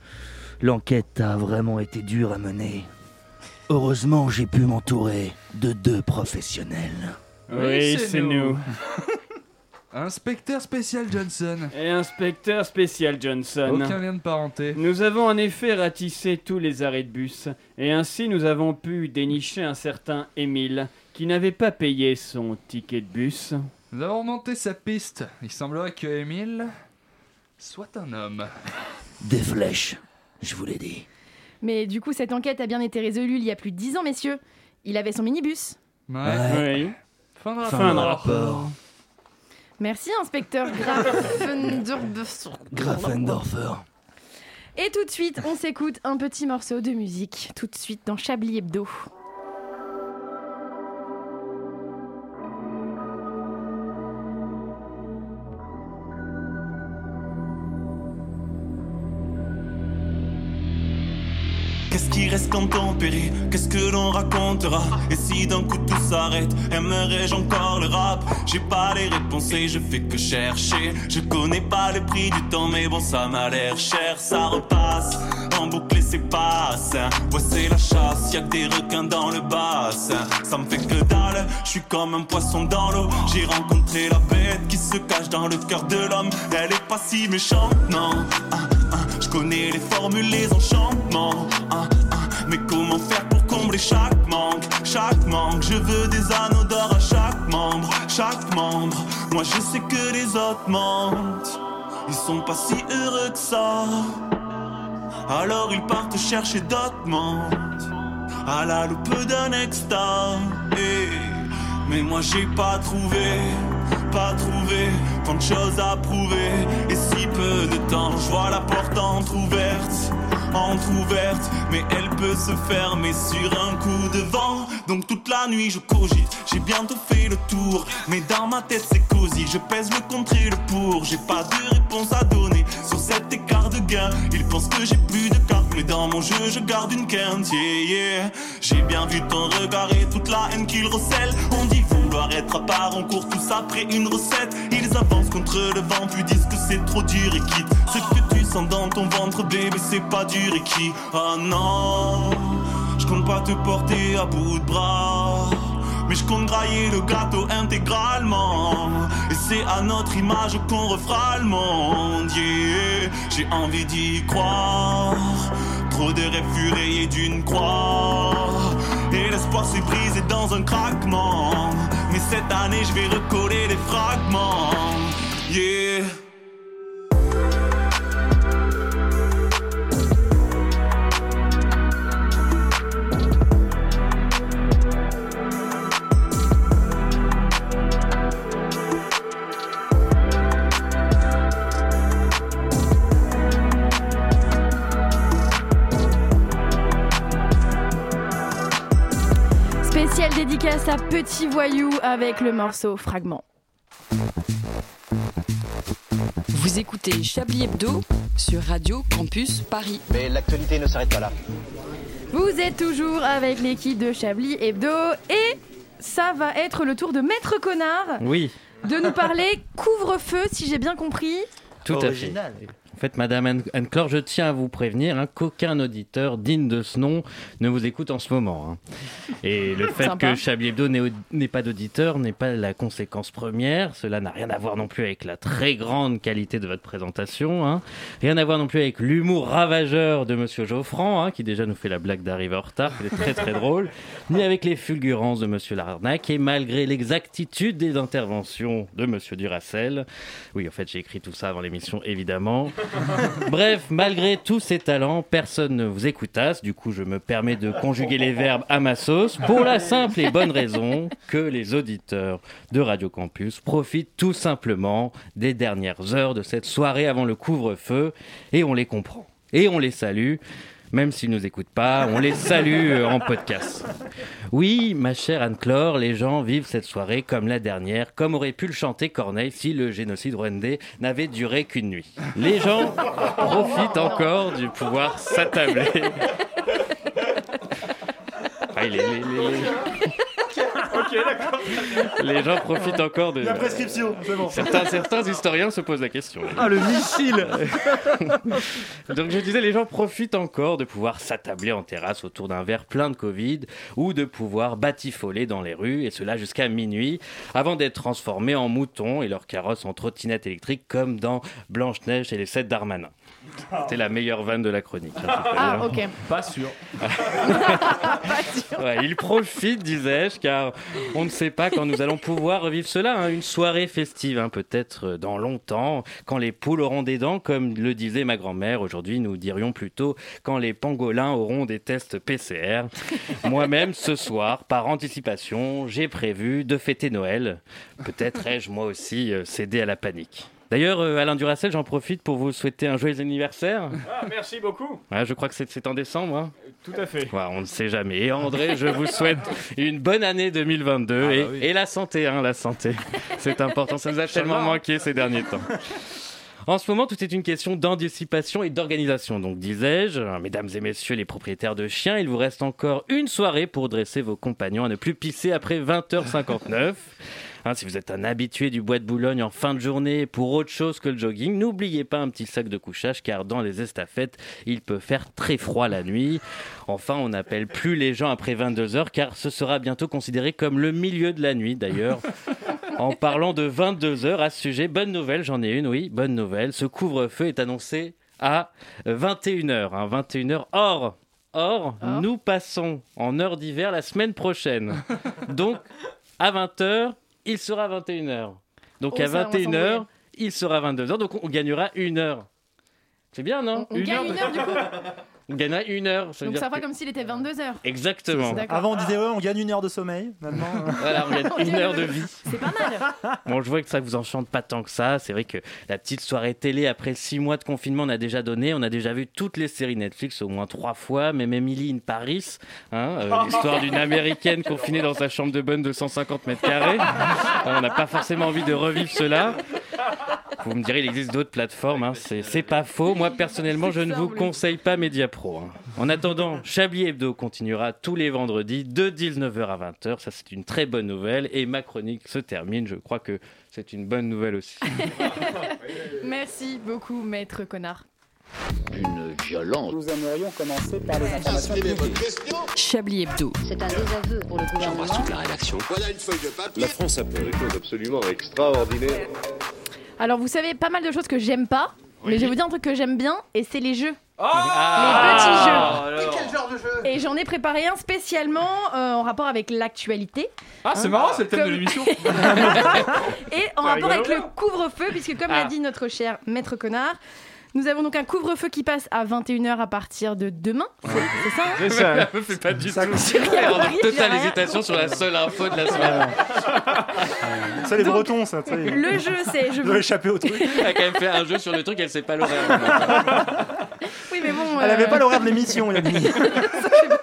Speaker 4: L'enquête a vraiment été dure à mener. Heureusement, j'ai pu m'entourer de deux professionnels.
Speaker 12: Oui, c'est nous.
Speaker 11: Inspecteur spécial Johnson.
Speaker 12: Et inspecteur spécial Johnson.
Speaker 11: Aucun lien de parenté.
Speaker 12: Nous avons en effet ratissé tous les arrêts de bus, et ainsi nous avons pu dénicher un certain Émile, qui n'avait pas payé son ticket de bus.
Speaker 11: Nous avons remonté sa piste. Il semblerait que Émile soit un homme.
Speaker 18: Des flèches, je vous l'ai dit.
Speaker 1: Mais du coup, cette enquête a bien été résolue il y a plus de 10 ans, messieurs. Il avait son minibus.
Speaker 11: Ouais.
Speaker 12: Oui.
Speaker 11: Fin de
Speaker 18: Fin
Speaker 11: rapport.
Speaker 18: de rapport.
Speaker 1: Merci, inspecteur Grafendorfer.
Speaker 18: Grafendorfer.
Speaker 1: Et tout de suite, on s'écoute un petit morceau de musique. Tout de suite dans Chablis Hebdo.
Speaker 3: Qu'est-ce qui reste quand on périt Qu'est-ce que l'on racontera Et si d'un coup tout s'arrête Aimerais-je encore le rap J'ai pas les réponses et je fais que chercher Je connais pas le prix du temps Mais bon ça m'a l'air cher Ça repasse en boucle et c'est bassin Voici la chasse, y'a que des requins dans le bassin Ça me fait que dalle, je suis comme un poisson dans l'eau J'ai rencontré la bête qui se cache dans le cœur de l'homme Elle est pas si méchante, non hein. je connais les formules, les enchantements. hein, hein. Mais comment faire pour combler chaque manque Chaque manque, je veux des anneaux d'or à chaque membre. Chaque membre, moi je sais que les autres mentent. Ils sont pas si heureux que ça. Alors ils partent chercher d'autres mentes. À la loupe d'un extase. Mais moi j'ai pas trouvé, pas trouvé tant de choses à prouver Et si peu de temps, je vois la porte entr'ouverte, entr'ouverte Mais elle peut se fermer sur un coup de vent Donc toute la nuit je cogite, j'ai bientôt fait le tour Mais dans ma tête c'est cosy, je pèse le contre et le pour J'ai pas de réponse à donner sur cet écart de gain Ils pensent que j'ai plus de cartes, mais dans mon jeu je garde une quinte yeah, yeah. J'ai bien vu ton regard et toute la haine qu'il recèle On dit vouloir être à part, on court tous après une recette. Ils avancent contre le vent, puis disent que c'est trop dur et quitte. Ce que tu sens dans ton ventre, bébé, c'est pas dur et qui. Oh non, je compte pas te porter à bout de bras. Mais je compte grailler le gâteau intégralement. Et c'est à notre image qu'on refera le monde. yeah. J'ai envie d'y croire. Trop de rêves furés d'une croix. Et l'espoir s'est brisé dans un craquement. Mais cette année, je vais recoller les fragments. Yeah.
Speaker 1: Spécial dédicace à Petit Voyou avec le morceau Fragment.
Speaker 9: Vous écoutez Chablis Hebdo sur Radio Campus Paris.
Speaker 10: Mais l'actualité ne s'arrête pas là.
Speaker 1: Vous êtes toujours avec l'équipe de Chablis Hebdo et ça va être le tour de Maître Connard
Speaker 13: Oui,
Speaker 1: de nous parler couvre-feu, si j'ai bien compris.
Speaker 13: tout à fait. En fait, Madame Anne- Anne-Claire, je tiens à vous prévenir hein, qu'aucun auditeur digne de ce nom ne vous écoute en ce moment. hein. Et [laughs] le fait
Speaker 5: Sympa.
Speaker 13: que Chablis Hebdo n'ait au- n'ait pas d'auditeur n'est pas la conséquence première. Cela n'a rien à voir non plus avec la très grande qualité de votre présentation. hein. Rien à voir non plus avec l'humour ravageur de Monsieur Geoffran, hein, qui déjà nous fait la blague d'arriver en retard, qui est très très drôle, ni avec les fulgurances de Monsieur Larnac, et malgré l'exactitude des interventions de Monsieur Duracel. Oui, en fait, j'ai écrit tout ça avant l'émission, évidemment. Bref, malgré tous ces talents, personne ne vous écoutasse. Du coup, je me permets de conjuguer les verbes à ma sauce pour la simple et bonne raison que les auditeurs de Radio Campus profitent tout simplement des dernières heures de cette soirée avant le couvre-feu et on les comprend. Et on les salue. Même s'ils nous écoutent pas, on les salue euh, en podcast. Oui, ma chère Anne-Claire, les gens vivent cette soirée comme la dernière, comme aurait pu le chanter Corneille si le génocide rwandais n'avait duré qu'une nuit. Les gens profitent encore du pouvoir s'attabler. Ah, Enfin, les- les- les- les-
Speaker 12: ok, d'accord.
Speaker 13: Les gens profitent encore de.
Speaker 12: La prescription, c'est bon.
Speaker 13: Certains, certains historiens se posent la question.
Speaker 12: Ah, le missile
Speaker 13: Donc je disais, les gens profitent encore de pouvoir s'attabler en terrasse autour d'un verre plein de Covid ou de pouvoir batifoler dans les rues, et cela jusqu'à minuit, avant d'être transformés en moutons et leurs carrosses en trottinettes électriques comme dans Blanche-Neige et les sept d'Armanin. C'était la meilleure vanne de la chronique. hein, je peux
Speaker 1: Ah,
Speaker 13: dire.
Speaker 1: ok.
Speaker 11: Pas sûr.
Speaker 13: Ouais, il profite, disais-je, car on ne sait pas quand nous allons pouvoir revivre cela. hein. Une soirée festive, hein, peut-être euh, dans longtemps, quand les poules auront des dents, comme le disait ma grand-mère. Aujourd'hui, nous dirions plutôt quand les pangolins auront des tests PCR. Moi-même, ce soir, par anticipation, j'ai prévu de fêter Noël. Peut-être ai-je moi aussi euh, cédé à la panique. D'ailleurs, euh, Alain Duracel, j'en profite pour vous souhaiter un joyeux anniversaire.
Speaker 12: Ah, merci beaucoup.
Speaker 13: Ouais, je crois que c'est c'est en décembre. hein.
Speaker 12: Tout à fait.
Speaker 13: Ouais, on ne sait jamais. Et André, je vous souhaite [laughs] une bonne année 2022 et, et la santé, hein, la santé. C'est important, ça nous a tellement manqué ces derniers temps. En ce moment, tout est une question d'anticipation et d'organisation. Donc, disais-je, euh, mesdames et messieurs les propriétaires de chiens, il vous reste encore une soirée pour dresser vos compagnons à ne plus pisser après 20h59. Hein, si vous êtes un habitué du bois de Boulogne en fin de journée pour autre chose que le jogging, n'oubliez pas un petit sac de couchage car dans les estafettes, il peut faire très froid la nuit. Enfin, on n'appelle plus les gens après 22h car ce sera bientôt considéré comme le milieu de la
Speaker 1: [laughs]
Speaker 13: nuit d'ailleurs. En parlant de 22 heures à ce sujet, bonne nouvelle, j'en ai une, oui, bonne nouvelle. Ce couvre-feu est annoncé à 21h. Hein, 21h. Or, or, nous passons en heure d'hiver la
Speaker 1: [laughs]
Speaker 13: semaine prochaine. Donc, à 20h, il sera 21h. Donc,
Speaker 11: Oh,
Speaker 13: à
Speaker 11: ça, on va
Speaker 13: 21h, il sera 22h. Donc, on, on gagnera une heure. C'est bien, non
Speaker 1: On gagne une heure du coup. [laughs]
Speaker 13: On gagnera une heure. Ça veut
Speaker 1: Donc
Speaker 13: dire
Speaker 1: ça va
Speaker 13: que-
Speaker 1: comme s'il était 22h.
Speaker 13: Exactement.
Speaker 1: D'accord.
Speaker 26: Avant, on disait, ouais, on gagne une heure de sommeil. Maintenant, euh,
Speaker 13: Voilà, on gagne
Speaker 1: On
Speaker 13: une
Speaker 1: gagne
Speaker 13: heure de
Speaker 1: une-
Speaker 13: vie.
Speaker 1: C'est pas [laughs] mal.
Speaker 13: Bon, je vois que ça vous enchante pas tant que ça. C'est vrai que la petite soirée télé après six mois de confinement, on a déjà donné. On a déjà vu toutes les séries Netflix au moins trois fois, même Emily in Paris, hein, euh, l'histoire d'une américaine confinée dans sa chambre de bonne de 150 mètres carrés. On n'a pas forcément envie de revivre cela. Vous me direz, il existe d'autres plateformes, hein. c'est c'est pas faux. Moi, personnellement, je ne vous conseille pas MediaPro. hein. En attendant, Chablis Hebdo continuera tous les vendredis de 19h à 20h. Ça, c'est une très bonne nouvelle. Et ma chronique se termine. Je crois que c'est une bonne nouvelle aussi.
Speaker 1: Merci beaucoup, maître connard.
Speaker 4: D'une violence.
Speaker 26: Nous aimerions commencer par les
Speaker 4: informations
Speaker 9: Chablis Hebdo.
Speaker 26: C'est un désaveu pour le gouvernement. J'embrasse toute la rédaction. Voilà une feuille de papier. La France a fait des choses absolument extraordinaires.
Speaker 1: Alors vous savez pas mal de choses que j'aime pas, mais je vais vous dire un truc que j'aime bien et c'est les jeux.
Speaker 24: Oh
Speaker 11: Ah,
Speaker 1: les petits jeux.
Speaker 11: alors.
Speaker 1: Et j'en ai préparé un spécialement euh, en rapport avec l'actualité.
Speaker 11: Ah, c'est
Speaker 1: Hein.
Speaker 11: marrant, c'est le thème
Speaker 1: Comme-
Speaker 11: de l'émission.
Speaker 1: Et
Speaker 11: Ah,
Speaker 1: en rapport
Speaker 11: rigolo.
Speaker 1: avec le couvre-feu, puisque comme
Speaker 11: Ah.
Speaker 1: l'a dit notre cher maître connard, nous avons donc un couvre-feu qui passe à 21h à partir de demain. C'est ça hein
Speaker 13: C'est [laughs] ça. La meuf est pas du tout. Alors,
Speaker 1: compris, j'ai
Speaker 13: totale
Speaker 1: rien.
Speaker 13: hésitation sur la seule info de la semaine.
Speaker 26: Ça, les Bretons, ça. tu sais.
Speaker 1: le jeu, c'est- je
Speaker 13: [laughs]
Speaker 26: Ils
Speaker 1: vous-
Speaker 26: ont échappé
Speaker 1: [laughs]
Speaker 26: au truc.
Speaker 13: Elle a quand même fait un jeu sur le truc, elle sait pas l'horaire.
Speaker 1: Oui, mais bon.
Speaker 26: Elle
Speaker 1: euh,
Speaker 26: avait pas l'horaire de l'émission, Yannick.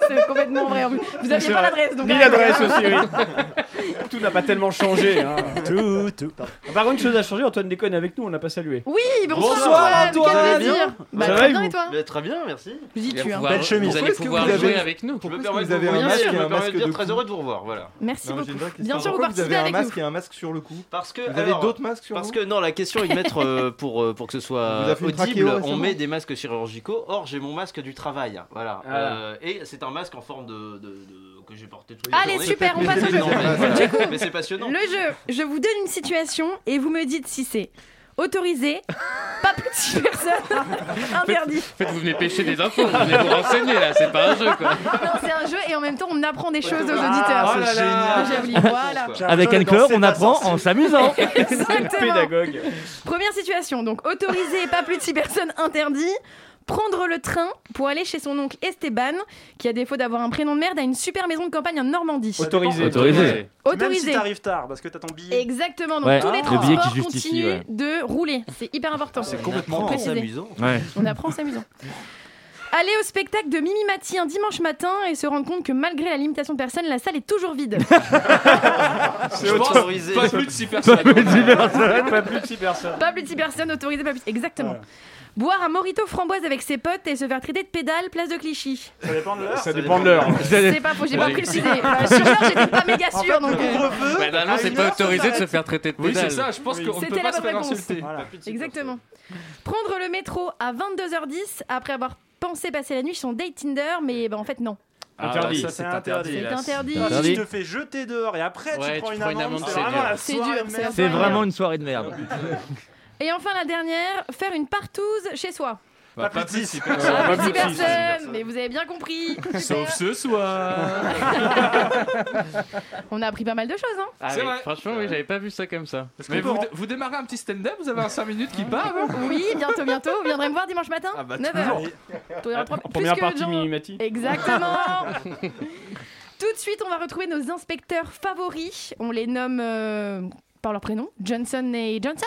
Speaker 1: C'est complètement vrai. en plus. [laughs] Vous aviez
Speaker 12: C'est
Speaker 1: pas
Speaker 12: vrai.
Speaker 1: l'adresse. donc
Speaker 12: Ni
Speaker 1: arrêtez.
Speaker 12: l'adresse aussi, oui. Tout n'a pas tellement changé. hein.
Speaker 26: Tout, tout. pardon.
Speaker 12: Par contre, une chose a changé, Antoine déconne avec nous, on n'a pas salué.
Speaker 1: Oui, bonsoir, Bonsoir, Antoine, Antoine. quel plaisir. Bah, très bien, et toi
Speaker 15: Très bien, merci.
Speaker 1: Je dis tu, hein.
Speaker 15: Belle chemise.
Speaker 13: Vous allez pouvoir jouer avec nous.
Speaker 15: Pourquoi
Speaker 1: est-ce
Speaker 15: est-ce que vous avez un masque et un masque de Très heureux de vous revoir, voilà.
Speaker 1: Merci
Speaker 15: Non, mais j'ai une
Speaker 1: beaucoup.
Speaker 15: vraie question.
Speaker 1: Bien sûr, vous
Speaker 15: Pourquoi vous
Speaker 1: participez
Speaker 15: avez un
Speaker 1: avec nous.
Speaker 15: masque
Speaker 17: Il y a un masque sur le cou.
Speaker 15: Parce que
Speaker 17: Vous avez
Speaker 15: alors,
Speaker 17: d'autres masques sur
Speaker 15: Parce
Speaker 17: vous
Speaker 15: que non, la question est de mettre euh, pour euh, pour que ce
Speaker 17: Vous
Speaker 15: soit
Speaker 17: avez fait une trachéo
Speaker 15: audible, on
Speaker 17: récemment
Speaker 15: met des masques chirurgicaux. Or, j'ai mon masque du travail, voilà.
Speaker 17: Ah.
Speaker 15: Euh, et c'est un masque en forme de, de- de- que j'ai porté tous les
Speaker 1: Allez, super, on passe au jeu. Du coup,
Speaker 15: mais c'est passionnant.
Speaker 1: Le jeu, je vous donne une situation et vous me dites si c'est autorisé, pas plus de six personnes, interdit.
Speaker 13: En fait, vous venez pêcher des infos, vous venez vous renseigner là, c'est pas un jeu quoi.
Speaker 1: [laughs] Non, c'est un jeu et en même temps, on apprend des choses aux
Speaker 13: Ah,
Speaker 1: auditeurs. Ah,
Speaker 13: oh là là.
Speaker 1: J'ai oublié, voilà.
Speaker 26: Avec Anne-Claude, on apprend en
Speaker 15: [laughs]
Speaker 26: s'amusant.
Speaker 1: [laughs] Exactement.
Speaker 12: Pédagogue.
Speaker 1: Première situation, donc autorisé, pas plus de six personnes, interdit. Prendre le train pour aller chez son oncle Esteban, qui à défaut d'avoir un prénom de merde, a une super maison de campagne en Normandie.
Speaker 26: Autorisé.
Speaker 15: Autorisé.
Speaker 26: Même
Speaker 1: Autorisé.
Speaker 26: si t'arrives tard, parce que t'as ton billet.
Speaker 1: Exactement, donc
Speaker 26: Ouais,
Speaker 1: tous les
Speaker 26: le billet qui
Speaker 1: transports
Speaker 26: justifie,
Speaker 1: continuent
Speaker 26: ouais.
Speaker 1: de rouler. C'est hyper important.
Speaker 26: C'est complètement
Speaker 1: Préciser.
Speaker 26: s'amusant.
Speaker 1: On apprend en s'amusant. Aller au spectacle de Mimi Mati un dimanche matin et se rendre compte que malgré la limitation de personnes, la salle est toujours
Speaker 13: [laughs]
Speaker 1: vide.
Speaker 11: Je pense Pas plus de 6 personnes.
Speaker 12: Pas plus de 6 personnes. Pas plus de 6 personnes.
Speaker 1: pas plus de 6 personnes autorisées, pas plus. Exactement. Boire un morito framboise avec ses potes et se faire traiter de pédale, place de Clichy.
Speaker 12: Ça dépend de l'heure. Ça dépend de l'heure.
Speaker 1: C'est pas faux, j'ai pas pris le sujet. Euh, sur l'heure, j'étais pas méga
Speaker 12: En fait,
Speaker 1: sûre. donc,
Speaker 12: le
Speaker 1: euh,
Speaker 12: couvre-feu,
Speaker 13: Bah, normalement,
Speaker 12: à
Speaker 13: c'est
Speaker 12: une
Speaker 13: pas
Speaker 12: heure,
Speaker 13: autorisé de
Speaker 12: s'arrête.
Speaker 13: se faire traiter de
Speaker 11: Oui,
Speaker 13: pédale.
Speaker 11: c'est ça, je pense qu'on
Speaker 1: C'était la bonne réponse. Exactement. Prendre le métro à 22h10 après avoir pensé passer la nuit sur son date Tinder, mais bah, en fait, non.
Speaker 11: Ah,
Speaker 12: Interdit.
Speaker 11: ça, c'est interdit.
Speaker 1: C'est
Speaker 11: là.
Speaker 1: interdit.
Speaker 12: Ah, Si
Speaker 15: Interdit.
Speaker 12: je te fais jeter dehors et après
Speaker 15: Ouais,
Speaker 12: tu prends une amende, c'est
Speaker 15: dur.
Speaker 12: vraiment la
Speaker 1: C'est
Speaker 12: soirée
Speaker 1: dur,
Speaker 12: de
Speaker 1: c'est
Speaker 12: merde.
Speaker 15: C'est vraiment une soirée de
Speaker 11: [laughs]
Speaker 15: merde.
Speaker 1: Et enfin, la dernière, faire une partouze chez soi.
Speaker 11: Bah, pas plus de 6
Speaker 1: Ah,
Speaker 11: personnes.
Speaker 1: six personnes, mais vous avez bien compris.
Speaker 11: Sauf ce soir.
Speaker 1: On a appris pas mal de choses, hein.
Speaker 13: Ah
Speaker 11: C'est
Speaker 13: oui,
Speaker 11: vrai.
Speaker 13: Franchement, oui, j'avais pas vu ça comme ça.
Speaker 11: Mais vous, vous démarrez un petit stand-up Vous avez un 5 minutes qui hein. bat vous
Speaker 1: Oui, bientôt, bientôt. Vous viendrez me voir dimanche matin
Speaker 11: Ah bah,
Speaker 1: 9h.
Speaker 11: toujours.
Speaker 12: Ah, En première partie, Minimati. [laughs]
Speaker 1: Exactement. Tout de suite, on va retrouver nos inspecteurs favoris. On les nomme euh, par leur prénom Johnson et Johnson.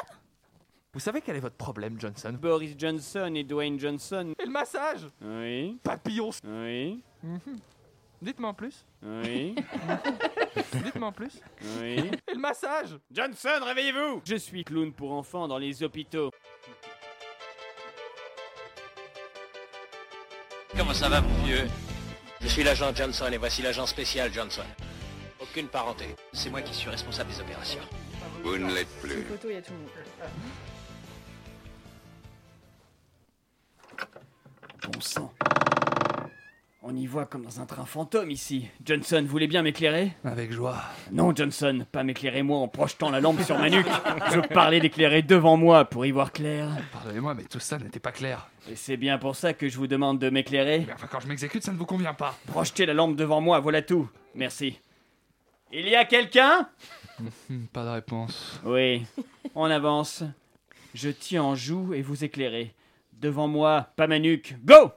Speaker 2: Vous savez quel est votre problème, Johnson
Speaker 12: Boris Johnson et Dwayne Johnson.
Speaker 11: Et le massage
Speaker 12: Oui.
Speaker 11: Papillon
Speaker 12: Oui.
Speaker 11: Mhm. Dites-moi en
Speaker 1: [laughs]
Speaker 11: plus.
Speaker 12: Oui.
Speaker 11: Dites-moi en plus.
Speaker 12: Oui.
Speaker 11: [laughs] Et le massage
Speaker 12: Johnson, réveillez-vous Je suis clown pour enfants dans les hôpitaux.
Speaker 5: [laughs] Comment ça va, mon vieux Je suis l'agent Johnson et voici l'agent spécial Johnson. Aucune parenté. C'est moi qui suis responsable des opérations.
Speaker 26: Vous ne l'êtes plus.
Speaker 12: Bon sang. On y voit comme dans un train fantôme ici. Johnson, vous voulez bien m'éclairer
Speaker 2: Avec joie.
Speaker 12: Non, Johnson, pas m'éclairer moi en projetant la lampe sur ma nuque. Je parlais d'éclairer devant moi pour y voir clair.
Speaker 2: Pardonnez-moi, mais tout ça n'était pas clair.
Speaker 12: Et c'est bien pour ça que je vous demande de m'éclairer.
Speaker 2: Mais enfin, quand je m'exécute, ça ne vous convient pas.
Speaker 12: Projetez la lampe devant moi, voilà tout. Merci. Il y a quelqu'un
Speaker 2: Mhm, Pas de réponse.
Speaker 12: Oui. On avance. Je tiens en joue et vous éclairez. Devant moi, pas ma nuque. Go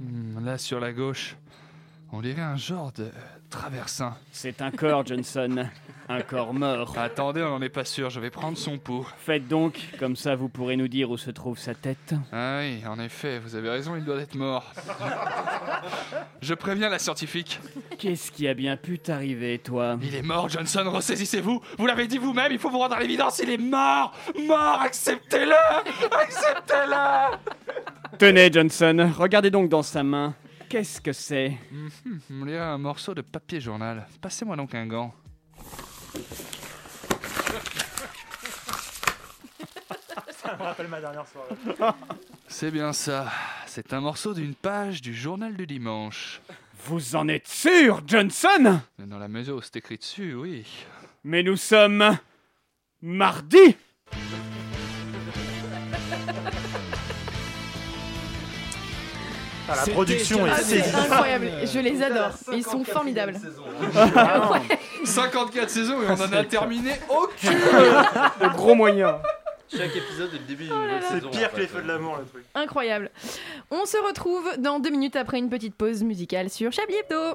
Speaker 2: Hmm, Là, sur la gauche, on dirait un genre de traversin.
Speaker 12: C'est un corps, Johnson. Un corps mort.
Speaker 2: Attendez, on n'en est pas sûr, je vais prendre son pouls.
Speaker 12: Faites donc, comme ça vous pourrez nous dire où se trouve sa tête.
Speaker 2: Ah oui, en effet, vous avez raison, il doit être mort. Je préviens la scientifique.
Speaker 12: Qu'est-ce qui a bien pu t'arriver, toi
Speaker 2: Il est mort, Johnson, ressaisissez-vous. Vous l'avez dit vous-même, il faut vous rendre à l'évidence, il est mort. Mort, acceptez-le. Acceptez-le.
Speaker 12: Tenez, Johnson, regardez donc dans sa main. Qu'est-ce que c'est
Speaker 2: Mhm, On dirait un morceau de papier journal. Passez-moi donc un
Speaker 12: [laughs]
Speaker 2: gant.
Speaker 15: Ça me rappelle ma dernière soirée.
Speaker 2: C'est bien ça. C'est un morceau d'une page du journal du dimanche.
Speaker 12: Vous en êtes sûr, Johnson
Speaker 2: Dans la mesure où c'est écrit dessus, oui.
Speaker 12: Mais nous sommes mardi
Speaker 15: la
Speaker 1: C'était-
Speaker 15: production est
Speaker 1: Ah, C'est
Speaker 15: saisissante.
Speaker 1: incroyable. Je les adore. Ils sont formidables. [laughs]
Speaker 11: 54 saisons et on en a terminé
Speaker 12: [laughs]
Speaker 11: aucune
Speaker 12: Le gros moyen.
Speaker 14: Chaque épisode est le début d'une
Speaker 18: Oh
Speaker 1: nouvelle là.
Speaker 14: saison.
Speaker 1: saison,
Speaker 15: pire
Speaker 1: en
Speaker 15: que les feux de l'amour, le truc.
Speaker 1: Incroyable. On se retrouve dans deux minutes après une petite pause musicale sur Chablis Hebdo.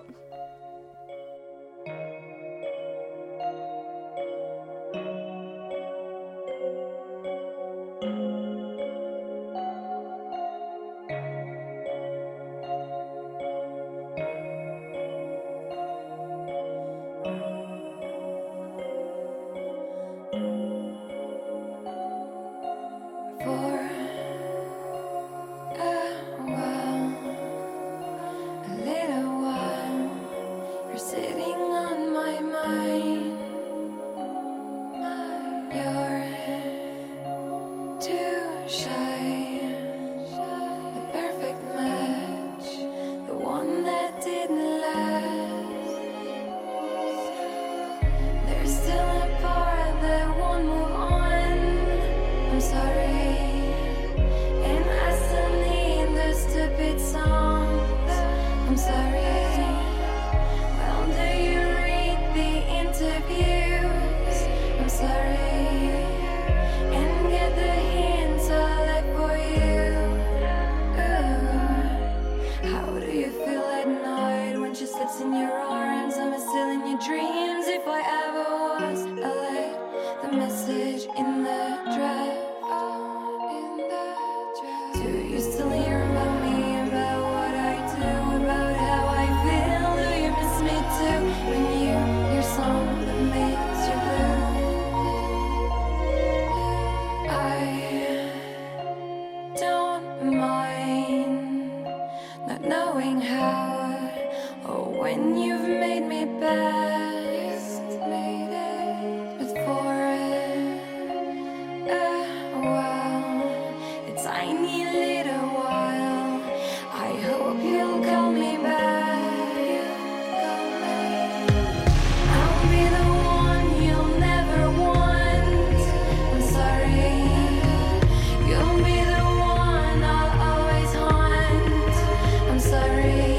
Speaker 6: A little while, you're sitting on my mind. My- You're too shy, the perfect match, the one that didn't last. There's still a part that won't move on. I'm sorry. And I still need the stupid songs. I'm sorry. Well, do you read the interviews? I'm sorry. And get the hints I left for you. Ooh. How do you feel at night when she slips in your arms? Am I still in your dreams if I ever was alive? not knowing how or when you've made me best. Made it, Oh, but for a while, a tiny little while, I hope you'll call me back. I'll be the one you'll never want. I'm sorry. You'll be the one I'll always haunt. I'm sorry.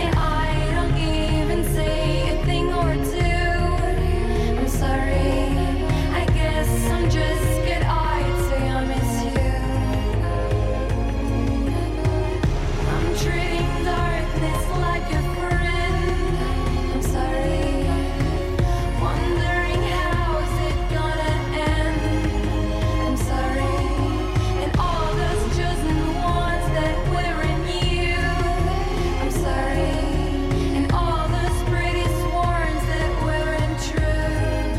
Speaker 6: And I don't even say a thing or two. I'm sorry. I guess I'm just good. I say I miss you. I'm treating darkness like a friend. I'm sorry. Wondering how's it gonna end? I'm sorry, and all those chosen ones that were in you. I'm sorry, and all those pretty swords that weren't true.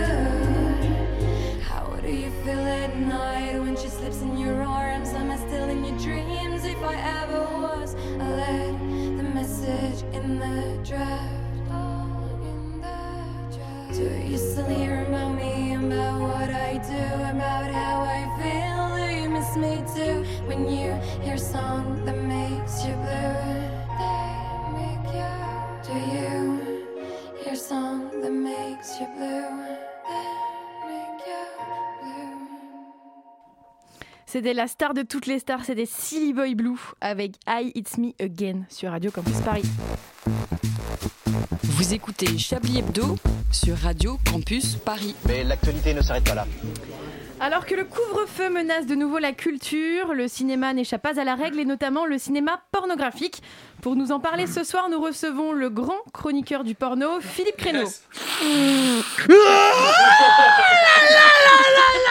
Speaker 6: Oh. How do you feel at night when she slips in your arms? Am I still in your dreams? If I ever was, I let the message in the draft. Do you still hear about me, about what I do, about how I feel? Do you miss me too when you hear a song that makes you blue? Do you hear a song that makes you blue?
Speaker 1: C'était la star de toutes les stars, c'était Silly Boy Blue avec I It's Me Again sur Radio Campus Paris.
Speaker 9: Vous écoutez Chablis Hebdo sur Radio Campus Paris.
Speaker 5: Mais l'actualité ne s'arrête pas là.
Speaker 1: Alors que le couvre-feu menace de nouveau la culture, le cinéma n'échappe pas à la règle et notamment le cinéma pornographique. Pour nous en parler ce soir, nous recevons le grand chroniqueur du porno, Philippe Créneau.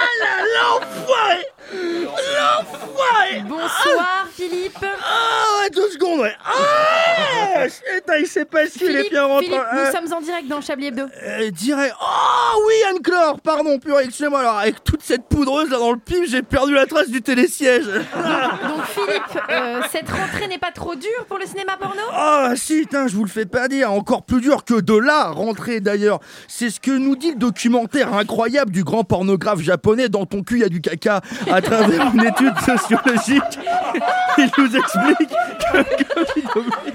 Speaker 18: L'enfoiré L'enfoiré
Speaker 1: Bonsoir Philippe
Speaker 18: Ah ouais, deux secondes ouais. Ah Putain, il s'est passé, il est bien rentré
Speaker 1: Philippe, nous
Speaker 18: Euh,
Speaker 1: sommes en direct dans Chablis Hebdo.
Speaker 18: euh, dirait Oh oui, Anne Clore, pardon, purée, excusez-moi. Alors, avec toute cette poudreuse là dans le pif, j'ai perdu la trace du télésiège. [laughs]
Speaker 1: Donc Philippe, euh, cette rentrée n'est pas trop dure pour le cinéma porno
Speaker 18: Ah si, putain, je vous le fais pas dire, encore plus dur que de là, rentrer d'ailleurs. C'est ce que nous dit le documentaire incroyable du grand pornographe japonais Dans ton cul, il y a du caca, à travers une étude sociologique. Il nous explique que le Covid-19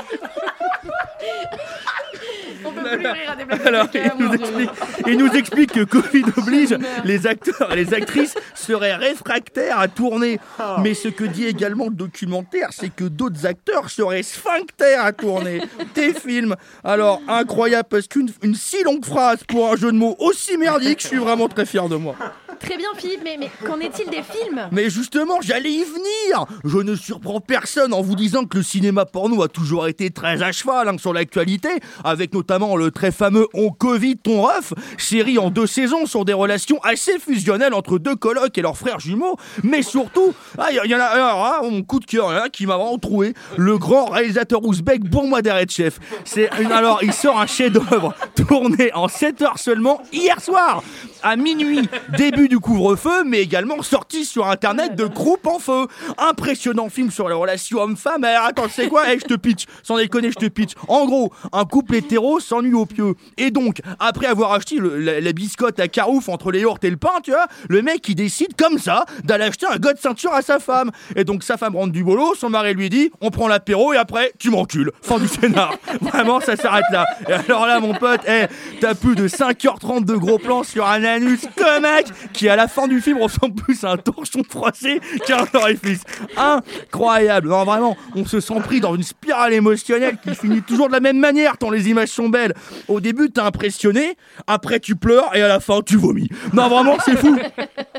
Speaker 1: On peut plus rire à des blagues. hein,
Speaker 18: Alors, il nous, explique, il nous explique que Covid oblige, les acteurs et les actrices seraient réfractaires à tourner. Mais ce que dit également le documentaire, c'est que d'autres acteurs seraient sphinctères à tourner des films. Alors, incroyable, parce qu'une une si longue phrase pour un jeu de mots aussi merdique, je suis vraiment très fier de moi.
Speaker 1: Très bien Philippe, mais, mais qu'en est-il des films
Speaker 18: Mais justement, j'allais y venir Je ne surprends personne en vous disant que le cinéma porno a toujours été très à cheval hein, sur l'actualité, avec notamment le très fameux On Covid ton ref, série en deux saisons sur des relations assez fusionnelles entre deux colocs et leurs frères jumeaux, mais surtout, ah, il y, en a alors, hein, mon coup de cœur il y en a un qui m'a vraiment trouvé, le grand réalisateur ouzbek Bourmaderetchev. C'est une- alors, il sort un chef-d'œuvre tourné en 7 heures seulement hier soir à minuit, début du couvre-feu, mais également sorti sur internet de Croupe en feu. Impressionnant film sur la relation homme-femme. Eh, attends, c'est quoi Eh, je te pitch, sans déconner, je te pitch. En gros, un couple hétéro s'ennuie au pieu. Et donc, après avoir acheté le- la, la biscotte à Carouf entre les yaourts et le pain, tu vois, le mec il décide comme ça d'aller acheter un god ceinture à sa femme. Et donc, sa femme rentre du boulot, son mari lui dit on prend l'apéro et après, tu m'encules. Fin du scénar. Vraiment, ça s'arrête là. Et alors là, mon pote, eh, t'as plus de 5h30 de gros plans sur un anus comme mec qui, à la fin du film, ressemble plus à un torchon froissé qu'à un orifice. Incroyable. Non, vraiment, on se sent pris dans une spirale émotionnelle qui finit toujours de la même manière tant les images sont belles. Au début, t'es impressionné, après, tu pleures et à la fin, tu vomis. Non, vraiment, c'est fou.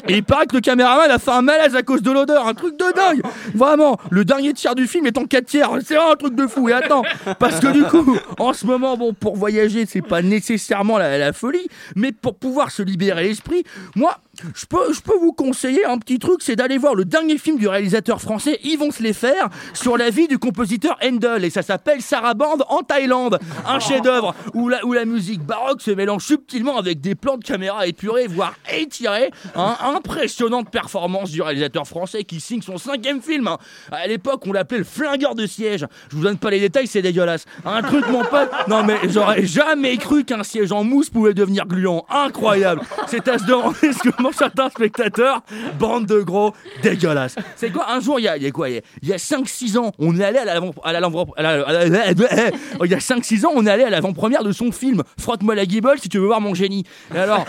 Speaker 18: Et il paraît que le caméraman a fait un malaise à cause de l'odeur, un truc de dingue. Vraiment, le dernier tiers du film est en 4 tiers. C'est vraiment un truc de fou. Et attends, parce que du coup, en ce moment, bon, pour voyager, c'est pas nécessairement la, la folie, mais pour pouvoir se libérer l'esprit, moi, Je peux, je peux vous conseiller un petit truc, c'est d'aller voir le dernier film du réalisateur français Yvon Sleffer sur la vie du compositeur Handel et ça s'appelle Sarabande en Thaïlande, un chef-d'œuvre où la, où la musique baroque se mélange subtilement avec des plans de caméra épurés voire étirés. hein. impressionnante performance du réalisateur français qui signe son cinquième film. hein. À l'époque, on l'appelait le flingueur de siège. Je vous donne pas les détails, c'est dégueulasse. Un truc, mon pote. Non mais j'aurais jamais cru qu'un siège en mousse pouvait devenir gluant. Incroyable. C'est à se demander ce que mangent certains spectateurs. Bande de gros dégueulasse. C'est quoi Un jour, il y a, il y a quoi Il y a- il y a 5-6 ans, on est allé à l'avant- à l'avant- à la- à la- à la- Il y a 5-6 ans, on est allé à l'avant-première de son film. Frotte-moi la guibole si tu veux voir mon génie. Et alors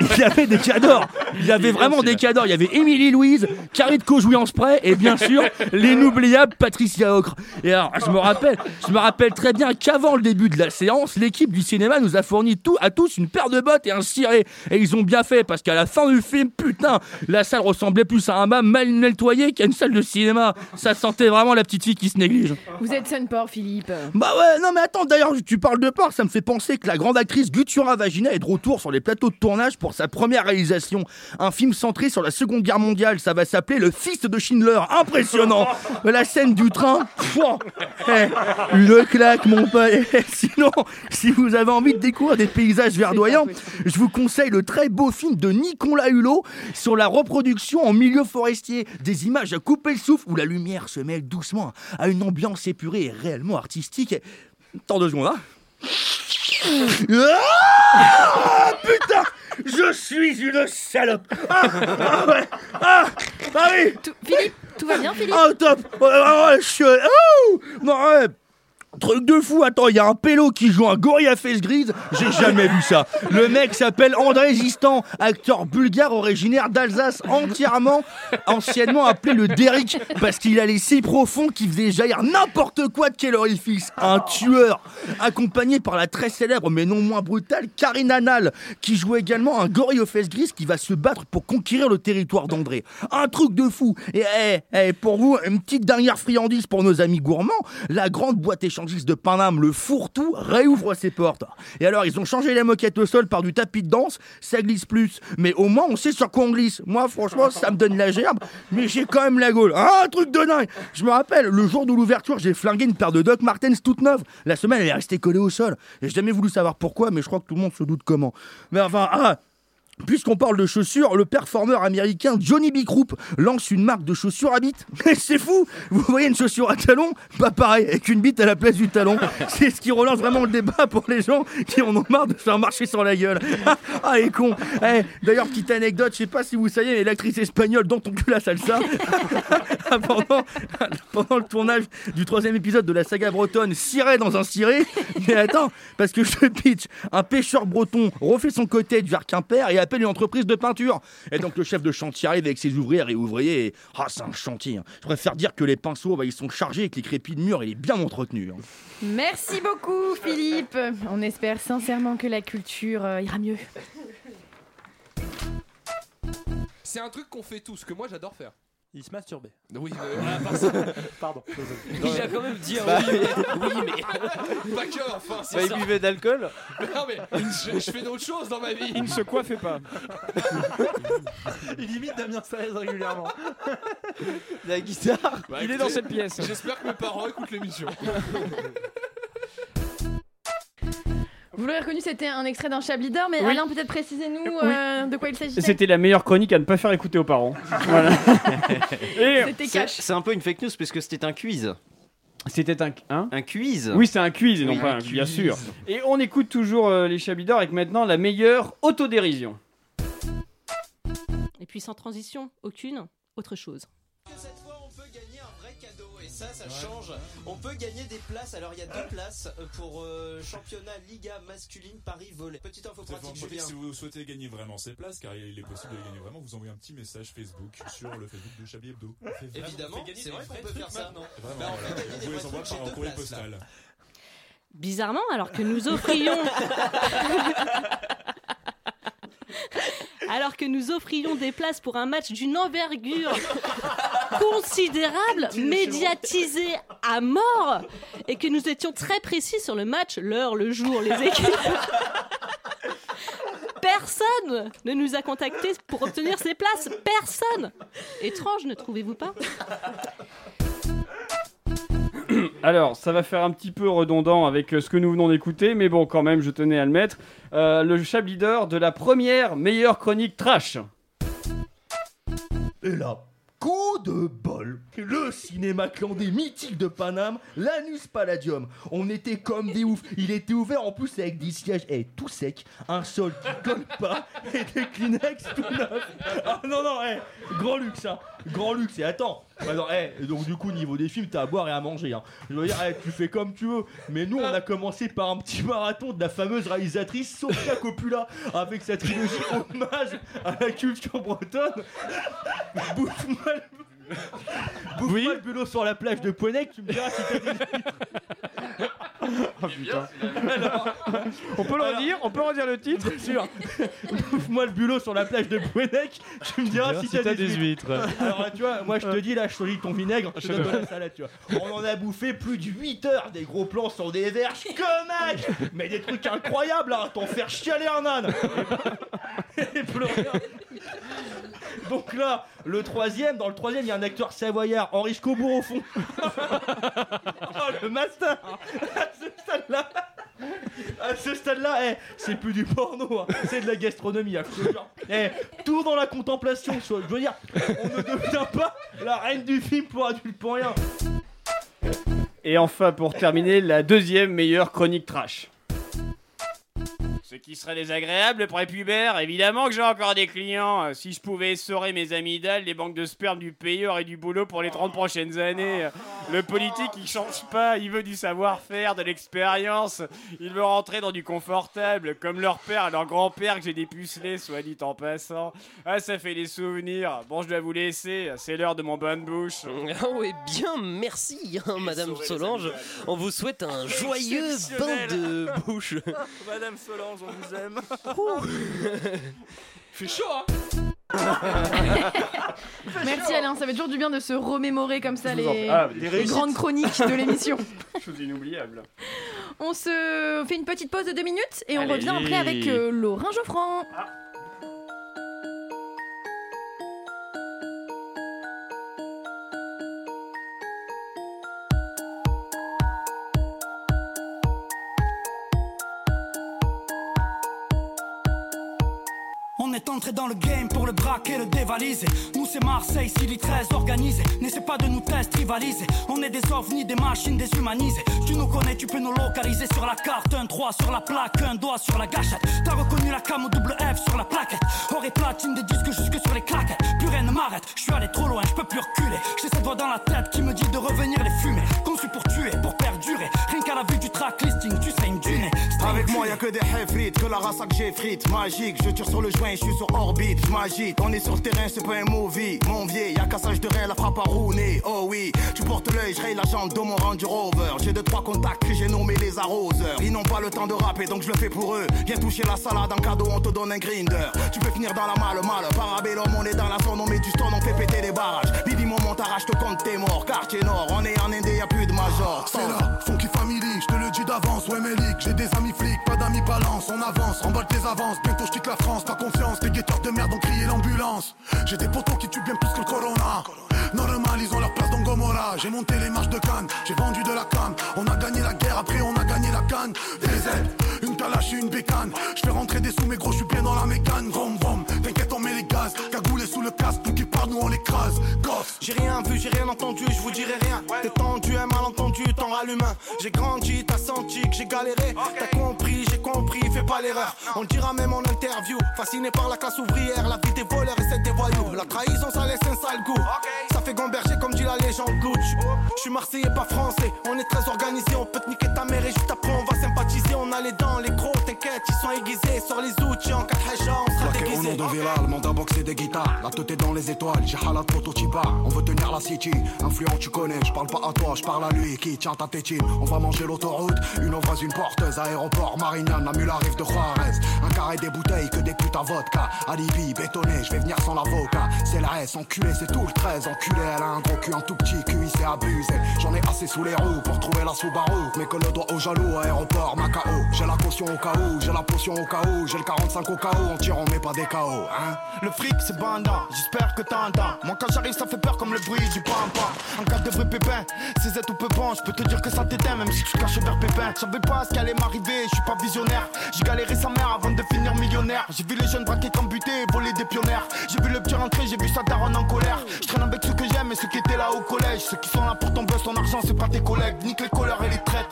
Speaker 18: il y avait des cadors. Il y avait vraiment des cadors. Il y avait Émilie Louise, Carrie de Cojouy-en-Spray et bien sûr l'inoubliable Patricia Ocre. Et alors, je me rappelle, je me rappelle très bien qu'avant le début de la séance, l'équipe du cinéma nous a fourni tout, à tous une paire de bottes et un ciré. Et ils ont bien fait parce qu'à la fin du film, putain, la salle ressemblait plus à un mât mal nettoyé qu'à une salle de cinéma. Ça sentait vraiment la petite fille qui se néglige.
Speaker 1: Vous êtes Sunport, Philippe.
Speaker 18: Bah ouais, non mais attends, d'ailleurs, tu parles de porc, ça me fait penser que la grande actrice Gutura Vagina est de retour sur les plateaux de tournage pour sa première réalisation. Un film centré sur la Seconde Guerre mondiale, ça va s'appeler Le Fils de Schindler. Impressionnant La scène du train, pouah. Eh, le claque, mon pote [laughs] Eh, Sinon, si vous avez envie de découvrir des paysages verdoyants, je vous conseille le très beau film de Nicolas Hulot sur la reproduction en milieu forestier. Des images à couper le souffle où la lumière se mêle doucement à une ambiance épurée et réellement artistique. Tant deux secondes, hein Ah, Putain Je suis une salope Ah, ah ouais Ah Ah oui
Speaker 1: Philippe, tout va bien, Philippe
Speaker 18: Oh top Oh, oh, oh, je suis- oh Non, ouais. Truc de fou, attends, il y a un pélo qui joue un gorille à fesse grise, j'ai jamais vu ça. Le mec s'appelle André Zistan, acteur bulgare originaire d'Alsace, entièrement, anciennement appelé le Derrick, parce qu'il allait si profond qu'il faisait jaillir n'importe quoi de quel orifice. Un tueur, accompagné par la très célèbre mais non moins brutale Karine Anal, qui joue également un gorille aux fesses grises qui va se battre pour conquérir le territoire d'André. Un truc de fou. Et eh, eh, pour vous, une petite dernière friandise pour nos amis gourmands. La grande boîte échangiste de Paname, le fourre-tout, réouvre ses portes. Et alors, ils ont changé la moquette au sol par du tapis de danse. Ça glisse plus. Mais au moins, on sait sur quoi on glisse. Moi, franchement, ça me donne la gerbe. Mais j'ai quand même la gaule. Ah, un truc de dingue. Je me rappelle, le jour de l'ouverture, j'ai flingué une paire de Doc Martens toute neuve. La semaine, elle est restée collée au sol. Et j'ai jamais voulu savoir pourquoi, mais je crois que tout le monde se doute comment. Mais enfin, ah Puisqu'on parle de chaussures, le performeur américain Johnny B. Croup lance une marque de chaussures à [laughs] bite. C'est fou Vous voyez une chaussure à talon Pas pareil, avec une bite à la place du talon. C'est ce qui relance vraiment le débat pour les gens qui en ont marre de se faire marcher sur la gueule. [laughs] ah, les cons Eh, D'ailleurs, petite anecdote, je sais pas si vous savez, mais l'actrice espagnole dont on cul la salsa, [laughs] Ah, pendant, [laughs] pendant le tournage du troisième épisode de la saga bretonne, ciré dans un ciré. Mais attends, parce que je te pitch, un pêcheur breton refait son côté du vers Quimper et appelle une entreprise de peinture. Et donc le chef de chantier arrive avec ses ouvrières et ouvriers. Et... Ah, c'est un chantier. hein. Je préfère dire que les pinceaux, bah, ils sont chargés et que les crépits de mur, il est bien entretenu. hein.
Speaker 1: Merci beaucoup, Philippe. On espère sincèrement que la culture euh, ira mieux.
Speaker 16: C'est un truc qu'on fait tous, que moi j'adore faire.
Speaker 7: Il se masturbait.
Speaker 16: Oui,
Speaker 11: Ah,
Speaker 16: euh,
Speaker 7: Ah, Pardon.
Speaker 16: Il a quand même dit un
Speaker 11: Bah.
Speaker 16: oui,
Speaker 7: [laughs]
Speaker 16: mais- oui, mais- Pas que, enfin, c'est
Speaker 7: Bah, il
Speaker 16: ça.
Speaker 7: buvait d'alcool.
Speaker 16: Mais Non mais je, je fais d'autres choses dans ma vie.
Speaker 12: Il ne se coiffait pas.
Speaker 7: Il imite Damien Sarez régulièrement. La guitare.
Speaker 16: Bah,
Speaker 7: il est
Speaker 16: écoutez,
Speaker 7: dans cette pièce.
Speaker 16: J'espère que mes parents écoutent l'émission.
Speaker 1: Vous l'aurez reconnu, c'était un extrait d'un Chablis d'or, mais
Speaker 12: Oui.
Speaker 1: Alain, peut-être précisez-nous euh, de quoi il s'agit.
Speaker 12: C'était la meilleure chronique à ne pas faire écouter aux parents. Voilà.
Speaker 1: [laughs] C'était
Speaker 7: C'est-
Speaker 1: cash.
Speaker 7: C'est un peu une fake news parce que c'était un quiz.
Speaker 12: C'était un hein
Speaker 7: un quiz.
Speaker 12: Oui, c'est un quiz et non
Speaker 7: Oui,
Speaker 12: pas
Speaker 7: un
Speaker 12: un bien
Speaker 7: quiz.
Speaker 12: sûr. Et on écoute toujours euh, les Chablis d'or avec maintenant la meilleure autodérision.
Speaker 8: Et puis sans transition, aucune, autre chose.
Speaker 7: Cette fois, on peut gagner un vrai cadeau et ça, ça change. On peut gagner des places. Alors, il y a deux places pour euh, championnat Liga masculine Paris volet. Petite info pratique, Julien.
Speaker 19: Si vous souhaitez gagner vraiment ces places, car il est possible de les gagner vraiment, vous envoyez un petit message Facebook sur le Facebook de Chablis Hebdo. On fait vraiment-
Speaker 7: Évidemment,
Speaker 19: on fait gagner
Speaker 7: c'est
Speaker 19: des
Speaker 7: vrai qu'on
Speaker 19: vrais
Speaker 7: peut
Speaker 19: trucs
Speaker 7: faire ça.
Speaker 19: maintenant.
Speaker 7: Bah,
Speaker 19: Vraiment,
Speaker 7: on fait gagner des
Speaker 19: vous les
Speaker 7: vrais
Speaker 19: envoyez par
Speaker 7: trucs, j'ai deux
Speaker 19: courrier
Speaker 7: places,
Speaker 19: postal.
Speaker 8: Bizarrement, alors que nous offrions. alors que nous offrions des places pour un match d'une envergure considérable, médiatisé à mort, et que nous étions très précis sur le match, l'heure, le jour, les équipes. Personne ne nous a contactés pour obtenir ces places. Personne. Étrange, ne trouvez-vous pas
Speaker 15: Alors, ça va faire un petit peu redondant avec euh, ce que nous venons d'écouter, mais bon, quand même, je tenais à le mettre. Euh, le chab leader de la première meilleure chronique trash.
Speaker 18: Et là, coup de bol Le cinéma clandé mythique de Paname, l'Anus Palladium. On était comme des oufs. Il était ouvert en plus avec des sièges eh, tout secs, un sol qui colle pas [laughs] et des Kleenex tout neufs. Ah non, non, eh, grand luxe, hein. Grand luxe. Et attends, alors, eh, donc du coup, niveau des films, t'as à boire et à manger. hein. Je veux dire, eh, tu fais comme tu veux. Mais nous, on a commencé par un petit marathon de la fameuse réalisatrice Sofia Coppola avec sa trilogie hommage à la culture bretonne. Bouffe-moi le...
Speaker 15: [laughs]
Speaker 18: Bouffe-moi le bulot sur la plage de Ponec, tu me diras si t'as des
Speaker 15: Oh putain. on peut le redire, on peut redire le titre.
Speaker 18: sûr. [laughs] Bouffe-moi le bulot sur la plage de Bouenec, tu me diras si,
Speaker 15: Si t'as des huîtres. Euh.
Speaker 18: Alors là, tu vois, moi je te dis, là, je choisis ton vinaigre, je
Speaker 15: Je
Speaker 18: te donne
Speaker 15: te-
Speaker 18: la salade, tu vois. On en a bouffé plus de 8 heures des gros plans sur des verges connards Mais des trucs incroyables, hein, t'en faire chialer un âne Et [laughs] plus rien. Donc là, le troisième, dans le troisième, il y a un acteur savoyard, Henri Scobourg au fond. [laughs] oh, le master À ce stade-là, à ce stade-là, eh, c'est plus du porno, hein, c'est de la gastronomie. hein, je te jure. Eh, tout dans la contemplation, je veux dire, on ne devient pas la reine du film pour adulte pour rien.
Speaker 15: Et enfin, pour terminer, la deuxième meilleure chronique trash.
Speaker 12: Ce qui serait désagréable prépubère, évidemment que j'ai encore des clients. Euh, Si je pouvais essorer mes amygdales, les banques de sperme du pays auraient du boulot pour les 30 prochaines années. Euh, Le politique, il change pas, il veut du savoir-faire, de l'expérience. Il veut rentrer dans du confortable, comme leur père et leur grand-père que j'ai dépucelé, soit dit en passant. Ah, ça fait des souvenirs. Bon, je dois vous laisser, c'est l'heure de mon bain
Speaker 27: [laughs]
Speaker 12: de bouche.
Speaker 27: Ah oui, bien, merci, hein, Madame
Speaker 12: saurez les
Speaker 27: Solange.
Speaker 12: amygdales.
Speaker 27: On vous souhaite un joyeux bain de bouche.
Speaker 28: [laughs] Madame Solange, on vous aime. [laughs]
Speaker 29: Fait chaud, hein
Speaker 1: Merci Alain, ça fait toujours du bien de se remémorer comme ça
Speaker 15: Je vous en
Speaker 1: les,
Speaker 15: prie. Ah, des
Speaker 1: les
Speaker 15: réussites.
Speaker 1: grandes chroniques de
Speaker 12: [laughs]
Speaker 1: l'émission.
Speaker 15: Chose inoubliable.
Speaker 1: On se fait une petite pause de deux minutes et on
Speaker 15: Allez.
Speaker 1: revient après avec euh, Laurent Geoffran.
Speaker 15: Ah.
Speaker 4: On est entré dans le game pour le braquer, le dévaliser. Nous c'est Marseille, Silly 13 organisé. N'essaie pas de nous test rivaliser. On est des ovnis, des machines déshumanisées. Tu nous connais, tu peux nous localiser sur la carte. Un 3 sur la plaque, un doigt sur la gâchette. T'as reconnu la cam au double F sur la plaquette. Or et platine des disques jusque sur les claquettes. Plus rien ne m'arrête, je suis allé trop loin, je peux plus reculer. J'ai cette voix dans la tête qui me dit de revenir les fumer. Conçu pour tuer, pour perdurer. Rien qu'à la vue du track listing, tu saignes du nez.
Speaker 22: Avec moi, y a que des hefrites, que la race que j'effrite. Magique, je tire sur le joint, je suis sur orbite, je m'agite. On est sur le terrain, c'est pas un movie. Mon vieil, y'a cassage de rein, la frappe à rouler. Oh oui, tu portes l'œil, je raye la jambe de mon Range Rover. J'ai deux, trois contacts que j'ai nommés les arroseurs. Ils n'ont pas le temps de rapper, donc je le fais pour eux. Viens toucher la salade en cadeau, on te donne un grinder. Tu peux finir dans la malle, malle. Parabellum, on est dans la zone, on met du stone, on fait péter les barrages. Minimum, on t'arrache, te compte tes morts. Quartier Nord, on est en Inde, y a plus de major.
Speaker 30: C'est là, Funky Family, je te le dis d'avance, ouais mes leaks, j'ai des amis flics, pas d'amis balance, on avance, remballe tes avances, bientôt je quitte la France, pas confiance, tes guetteurs de merde ont crié l'ambulance. J'ai des potos qui tuent bien plus que le corona. Normal, ils ont leur place dans Gomorrah, j'ai monté les marches de Cannes, j'ai vendu de la canne, on a gagné la guerre, après on a gagné la canne. Des ailes, une calache et une bécane, je fais rentrer des sous, mais gros, je suis bien dans la mécane, vroom vroom, t'inquiète, on met les gaz, cagoulé sous le casque, tout qui parle, nous on l'écrase, gosse.
Speaker 22: J'ai rien vu, j'ai rien entendu, je vous dirai rien. T'es tendu, un malentendu, t'en rallumes un. J'ai grandi, t'as senti que j'ai galéré. T'as compris, j'ai compris, fais pas l'erreur. On le dira même en interview. Fasciné par la classe ouvrière, la vie des voleurs et celle des voyous. La trahison, ça laisse un sale goût. Ça fait gamberger comme dit la légende Louch. Je suis marseillais, pas français. On est très organisé, on peut te niquer ta mère et juste après on va sympathiser. On a les dents, les crocs, t'inquiète, ils sont aiguisés. Sors les outils en 4 on sera
Speaker 30: Plaqué au
Speaker 22: déguisés.
Speaker 30: nom de
Speaker 31: villa, le mandat boxé des guitares. La tête est dans les étoiles, j'ai halat prototypa. On veut tenir la city, influent tu connais. Je parle pas à toi, je parle à lui qui tient ta tétine. On va manger l'autoroute, une embrase, une porteuse. Aéroport, Marignane, la mule arrive de Juarez. Un carré des bouteilles, que des putes à vodka. Alibi, bétonné, je vais venir sans l'avocat. C'est la S, enculé, c'est tout le 13. Enculé, elle a un gros cul, un tout petit cul, il s'est abusé. J'en ai assez sous les roues pour trouver la Subaru. Mais que le doigt au jaloux, aéroport, Macao. J'ai la caution au cas où, j'ai la potion au cas où, j'ai le 45 au cas où, en tirant mais pas des KO, hein. Le fric c'est banda, j'espère que t'entends Moi quand j'arrive ça fait peur comme le bruit du pampa En cas de vrai pépin, c'est être ou pépin Je peux te dire que ça t'éteint même si tu te caches vers pépin Je savais pas ce qu'allait m'arriver, je suis pas visionnaire J'ai galéré sa mère avant de finir millionnaire J'ai vu les jeunes braquer comme butés, voler des pionnières J'ai vu le petit rentrer, j'ai vu sa daronne en colère Je traîne avec ceux que j'aime et ceux qui étaient là au collège Ceux qui sont là pour ton buzz, ton argent c'est pas tes collègues Nique les couleurs et les traites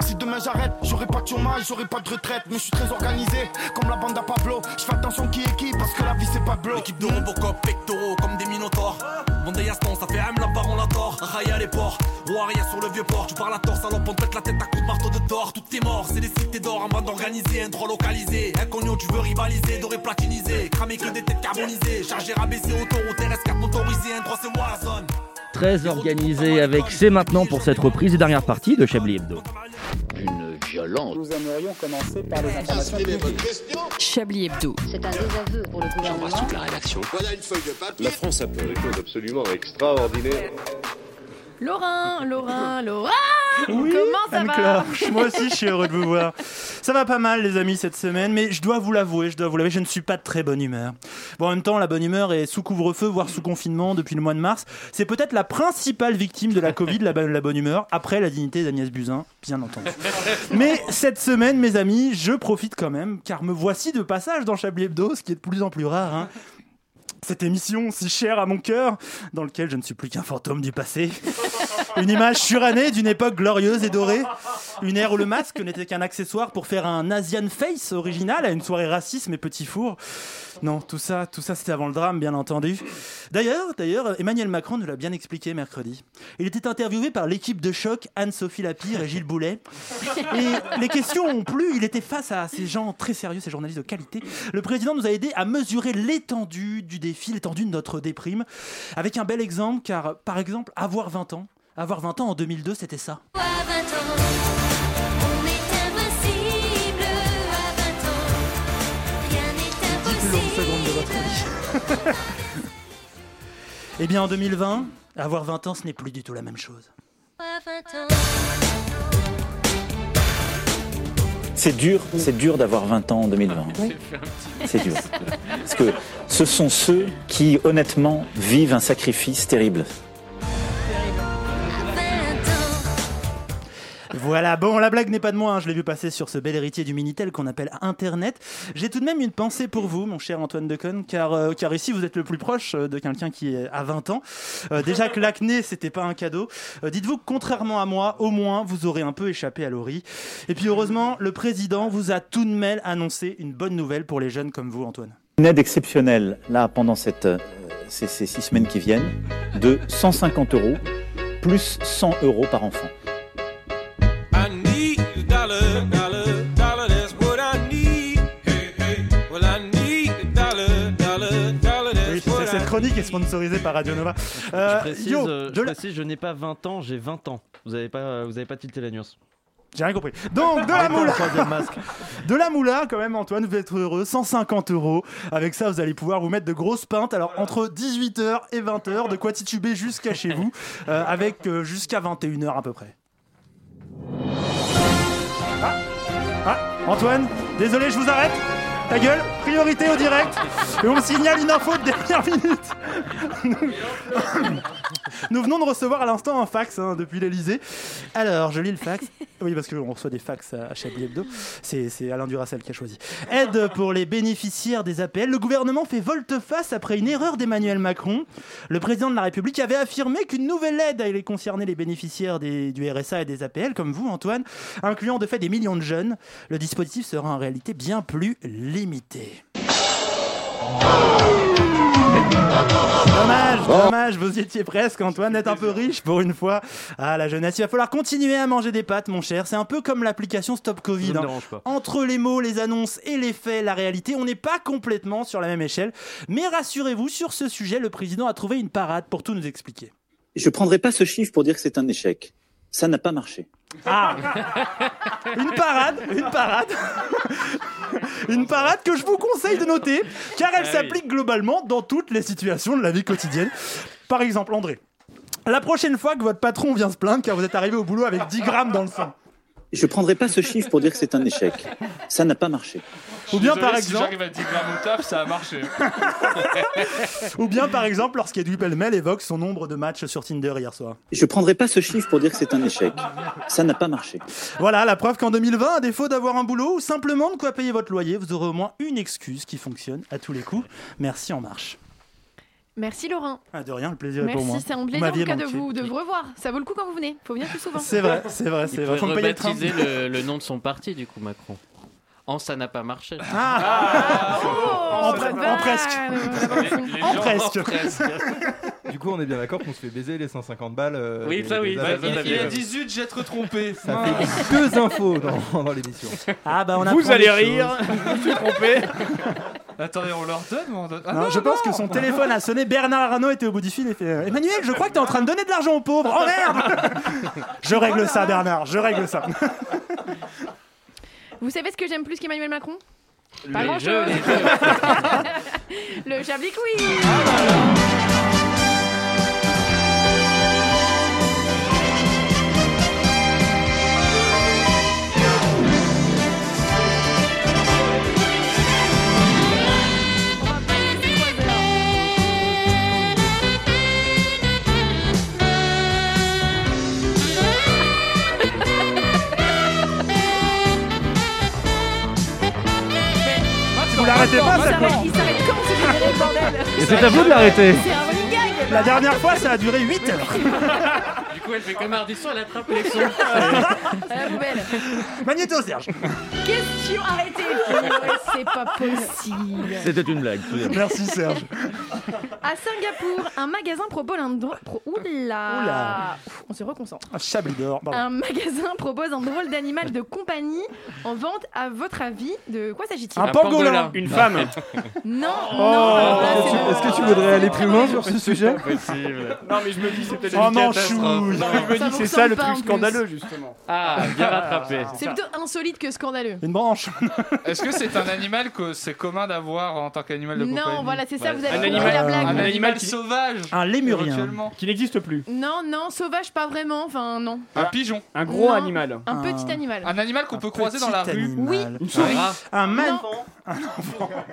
Speaker 31: si demain j'arrête, j'aurai pas de chômage, j'aurai pas de retraite, mais je suis très organisé, comme la bande à Pablo. Je fais attention qui est qui, parce que la vie c'est Pablo.
Speaker 3: Équipe de Robocop, pectoraux comme des minotaures. Vendée instant, ça fait M la barre, on la tord. Raya les ports, Warrior sur le vieux port. Tu parles la torse, alors on te pète la tête à coups de marteau de tort. Tout est mort, c'est des cités d'or, un bande organisé, un droit localisé. Inconnu, tu veux rivaliser, doré platinisé. Cramer que des têtes carbonisées, chargé, rabaissé, autoroute, RS4 motorisé, un droit c'est Warzone.
Speaker 4: Très organisé avec C'est maintenant pour cette reprise et dernière partie de Chablis Hebdo.
Speaker 10: Une violence.
Speaker 13: Nous aimerions commencer par les informations
Speaker 9: Chablis Hebdo.
Speaker 10: C'est un désaveu pour le gouvernement. J'embrasse toute la rédaction. Voilà une feuille de papier. La France a peur.
Speaker 26: Des choses absolument extraordinaires.
Speaker 15: [laughs]
Speaker 1: Laurin, Laurin, Laurin
Speaker 15: Oui,
Speaker 1: Comment ça
Speaker 15: Anne
Speaker 1: va
Speaker 15: Clarche, moi aussi je suis heureux de vous voir. Ça va pas mal les amis cette semaine, mais je dois vous l'avouer, je dois vous l'avouer, je ne suis pas de très bonne humeur. Bon en même temps, la bonne humeur est sous couvre-feu, voire sous confinement depuis le mois de mars. C'est peut-être la principale victime de la Covid, la, bonne- la bonne humeur, après la dignité d'Agnès Buzyn, bien entendu. Mais cette semaine mes amis, je profite quand même, car me voici de passage dans Chablis Hebdo, ce qui est de plus en plus rare. hein cette émission si chère à mon cœur, dans lequel je ne suis plus qu'un fantôme du passé. Une image surannée d'une époque glorieuse et dorée. Une ère où le masque n'était qu'un accessoire pour faire un Asian Face original à une soirée raciste et petit four. Non, tout ça, tout ça c'était avant le drame, bien entendu. D'ailleurs, d'ailleurs, Emmanuel Macron nous l'a bien expliqué mercredi. Il était interviewé par l'équipe de choc Anne-Sophie Lapire et Gilles Boulet. Et les questions ont plu, il était face à ces gens très sérieux, ces journalistes de qualité. Le président nous a aidé à mesurer l'étendue du défi, l'étendue de notre déprime, avec un bel exemple, car par exemple, avoir 20 ans, avoir 20 ans en 2002, c'était ça.
Speaker 6: À 20 ans, on est invincible. À 20 ans, rien n'est impossible.
Speaker 15: Eh bien, en 2020, avoir 20 ans, ce n'est plus du tout la même chose.
Speaker 6: À 20 ans,
Speaker 32: C'est dur, c'est dur d'avoir 20 ans en 2020. C'est dur. Parce que ce sont ceux qui, honnêtement, vivent un sacrifice terrible.
Speaker 15: Voilà, bon, la blague n'est pas de moi, hein, je l'ai vu passer sur ce bel héritier du Minitel qu'on appelle Internet. J'ai tout de même une pensée pour vous, mon cher Antoine Decon, car, euh, car ici, vous êtes le plus proche euh, de quelqu'un qui est à 20 ans. Euh, déjà que l'acné, c'était pas un cadeau. Euh, Dites-vous que, contrairement à moi, au moins, vous aurez un peu échappé à l'ori. Et puis, heureusement, le président vous a tout de même annoncé une bonne nouvelle pour les jeunes comme vous, Antoine.
Speaker 32: Une aide exceptionnelle, là, pendant cette, euh, ces, ces six semaines qui viennent, de 150 euros, plus 100 euros par enfant.
Speaker 16: I need a dollar, dollar, dollar, that's what I need. Hey, hey. Well, I need a dollar, dollar, dollar,
Speaker 7: Euh,
Speaker 15: Oui,
Speaker 16: that's what I
Speaker 15: cette chronique est sponsorisée par Radio Nova.
Speaker 24: Je
Speaker 15: Euh,
Speaker 24: précise,
Speaker 15: yo,
Speaker 24: euh,
Speaker 15: de
Speaker 24: je,
Speaker 15: la-
Speaker 24: précise, je n'ai pas 20 ans, j'ai 20 ans. Vous n'avez pas, vous avez pas tilté la nuance.
Speaker 15: J'ai rien compris. Donc, de la
Speaker 24: Arrêtez le
Speaker 15: moula
Speaker 24: troisième masque.
Speaker 15: [laughs] De la moula, quand même, Antoine, vous êtes heureux. 150 euros. Avec ça, vous allez pouvoir vous mettre de grosses pintes. Alors, entre 18h et 20h, de quoi tituber jusqu'à chez vous, euh, avec euh, jusqu'à 21h à peu près. Ah, ah, Antoine, désolé, je vous arrête. Ta gueule, priorité au direct. Et on me signale une info de [laughs] dernière minute. Nous- Nous venons de recevoir à l'instant un fax hein, depuis l'Elysée. Alors, je lis le fax. Oui, parce qu'on reçoit des fax à à Chablis Hebdo. C'est c'est Alain Duracel qui a choisi. Aide pour les bénéficiaires des APL. Le gouvernement fait volte-face après une erreur d'Emmanuel Macron. Le président de la République avait affirmé qu'une nouvelle aide allait concerner les bénéficiaires des- du RSA et des APL, comme vous, Antoine, incluant de fait des millions de jeunes. Le dispositif sera en réalité bien plus limité. Dommage, dommage, vous y étiez presque. Antoine est un peu riche pour une fois. Ah, la jeunesse, il va falloir continuer à manger des pâtes, mon cher. C'est un peu comme l'application Stop Covid.
Speaker 24: Ça me
Speaker 15: hein.
Speaker 24: dérange pas.
Speaker 15: Entre les mots, les annonces et les faits, la réalité, on n'est pas complètement sur la même échelle. Mais rassurez-vous, sur ce sujet, le président a trouvé une parade pour tout nous expliquer.
Speaker 32: Je ne prendrai pas ce chiffre pour dire que c'est un échec. Ça n'a pas marché.
Speaker 16: [laughs]
Speaker 15: Ah Une parade, une parade. Une parade que je vous conseille de noter, car elle
Speaker 32: Ah oui.
Speaker 15: s'applique globalement dans toutes les situations de la vie quotidienne. Par exemple, André, la prochaine fois que votre patron vient se plaindre car vous êtes arrivé au boulot avec 10 grammes dans le sang,
Speaker 32: Je ne prendrai pas ce chiffre pour dire que c'est un échec. Ça n'a pas marché.
Speaker 15: Ou bien, par exemple-
Speaker 11: Si j'arrive à 10 grammes au taf, ça a [laughs] marché.
Speaker 15: ou bien par exemple lorsqu'Edoui Pellemel évoque son nombre de matchs sur Tinder hier soir.
Speaker 32: Je ne prendrai pas ce chiffre pour dire que c'est un échec. Ça n'a pas marché.
Speaker 15: Voilà, la preuve qu'en 2020, à défaut d'avoir un boulot ou simplement de quoi payer votre loyer, vous aurez au moins une excuse qui fonctionne à tous les coups. Merci En Marche.
Speaker 1: [laughs] Merci Laurent.
Speaker 15: Ah, de rien, le plaisir est pour moi.
Speaker 1: Merci, c'est un
Speaker 15: Vous
Speaker 1: plaisir en
Speaker 15: m'aviez
Speaker 1: tout cas de
Speaker 15: manqué.
Speaker 1: vous, de vous revoir. Ça vaut le coup quand vous venez. Faut venir plus souvent.
Speaker 15: C'est vrai, c'est vrai, c'est
Speaker 13: Il
Speaker 15: vrai.
Speaker 13: pourrait
Speaker 15: Faut me payer le train.
Speaker 13: rebaptiser le, le nom de son parti, du coup, Macron. En ça n'a pas marché.
Speaker 15: Ah,
Speaker 1: Ah.
Speaker 15: En pre- en presque.
Speaker 1: Oh,
Speaker 15: En presque.
Speaker 24: Ah, [laughs] Du coup, on est bien d'accord qu'on se fait baiser les 150 balles. euh,
Speaker 13: Oui,
Speaker 24: des-
Speaker 13: ça, oui,
Speaker 24: des
Speaker 13: bah,
Speaker 24: agences
Speaker 13: il- il
Speaker 24: de la
Speaker 13: y a
Speaker 24: vie.
Speaker 11: 18, j'ai trop trompé.
Speaker 24: Ça fait [laughs] deux infos dans, dans l'émission.
Speaker 15: Ah bah on
Speaker 24: Vous
Speaker 15: apprend
Speaker 24: allez
Speaker 15: des
Speaker 24: rire,
Speaker 15: choses.
Speaker 11: je me suis trompé. Attendez, on leur donne ou on donne Ah,
Speaker 15: Non, je pense que son téléphone a sonné. Bernard Arnault était au bout du fil et fait euh, Emmanuel, je crois que t'es en train de donner de l'argent aux pauvres. Oh merde Je règle ça, Bernard, je règle ça.
Speaker 1: [laughs] Vous savez ce que j'aime plus qu'Emmanuel
Speaker 15: [laughs]
Speaker 1: Macron
Speaker 15: Les
Speaker 1: grand-chose.
Speaker 15: jeux, les
Speaker 1: Ah, le Chablis Quiz.
Speaker 15: Ah, Vous l'arrêtez pas,
Speaker 1: Il
Speaker 15: ça
Speaker 1: s'arrête- Il s'arrête quand ce générique, bordel
Speaker 15: Et c'est à vous de l'arrêter.
Speaker 1: C'est un running gag
Speaker 15: La dernière fois, ça a duré 8 heures.
Speaker 13: Du coup, elle fait comme Hardy elle attrape les sons.
Speaker 1: à [laughs] la poubelle.
Speaker 15: Magnéto, Serge.
Speaker 1: Question arrêtée. Ouais, C'est pas possible.
Speaker 18: C'était une blague.
Speaker 15: Merci Serge.
Speaker 1: À Singapour, un magasin propose un drôle. pro- Oula.
Speaker 15: Oula.
Speaker 1: Ouf, On se reconcentre.
Speaker 15: Ah, Chablis d'or, pardon.
Speaker 1: Un magasin [laughs] propose un drôle d'animal de compagnie en vente. À votre avis, de quoi s'agit-il
Speaker 24: Un Un pangolin. pangolin. Une femme.
Speaker 1: Non,
Speaker 24: Oh,
Speaker 1: non.
Speaker 24: est-ce que tu- Est-ce que tu voudrais aller plus loin sur ce sujet
Speaker 12: Non, mais je me dis, c'est peut-être
Speaker 24: Oh
Speaker 12: une
Speaker 24: non,
Speaker 12: catastrophe.
Speaker 24: chouille.
Speaker 12: Non, mais je me
Speaker 1: Ça
Speaker 12: dis,
Speaker 1: vous
Speaker 12: c'est ça
Speaker 1: ressemble
Speaker 12: le
Speaker 1: pas, en
Speaker 12: truc
Speaker 1: plus.
Speaker 12: scandaleux, justement. Ah,
Speaker 11: bien rattrapé.
Speaker 1: C'est plutôt insolite que scandaleux.
Speaker 15: Une branche. [laughs]
Speaker 11: Est-ce que c'est un animal que c'est commun d'avoir en tant qu'animal de
Speaker 1: Non,
Speaker 11: compagnie
Speaker 1: voilà, c'est ça, vous avez
Speaker 11: Un
Speaker 1: compris
Speaker 11: animal-
Speaker 1: la blague.
Speaker 11: Un
Speaker 1: Un
Speaker 11: animal,
Speaker 1: animal qui-
Speaker 11: sauvage.
Speaker 15: Un lémurien.
Speaker 11: éventuellement.
Speaker 12: Qui n'existe plus.
Speaker 1: Non, non, sauvage, pas vraiment. Enfin, non.
Speaker 11: Un pigeon.
Speaker 12: Un gros
Speaker 1: Non.
Speaker 12: animal.
Speaker 1: Un petit animal.
Speaker 11: Un animal qu'on peut croiser dans la
Speaker 12: petit
Speaker 11: rue.
Speaker 12: animal. Oui.
Speaker 11: Une souris.
Speaker 12: Ah.
Speaker 15: Un man.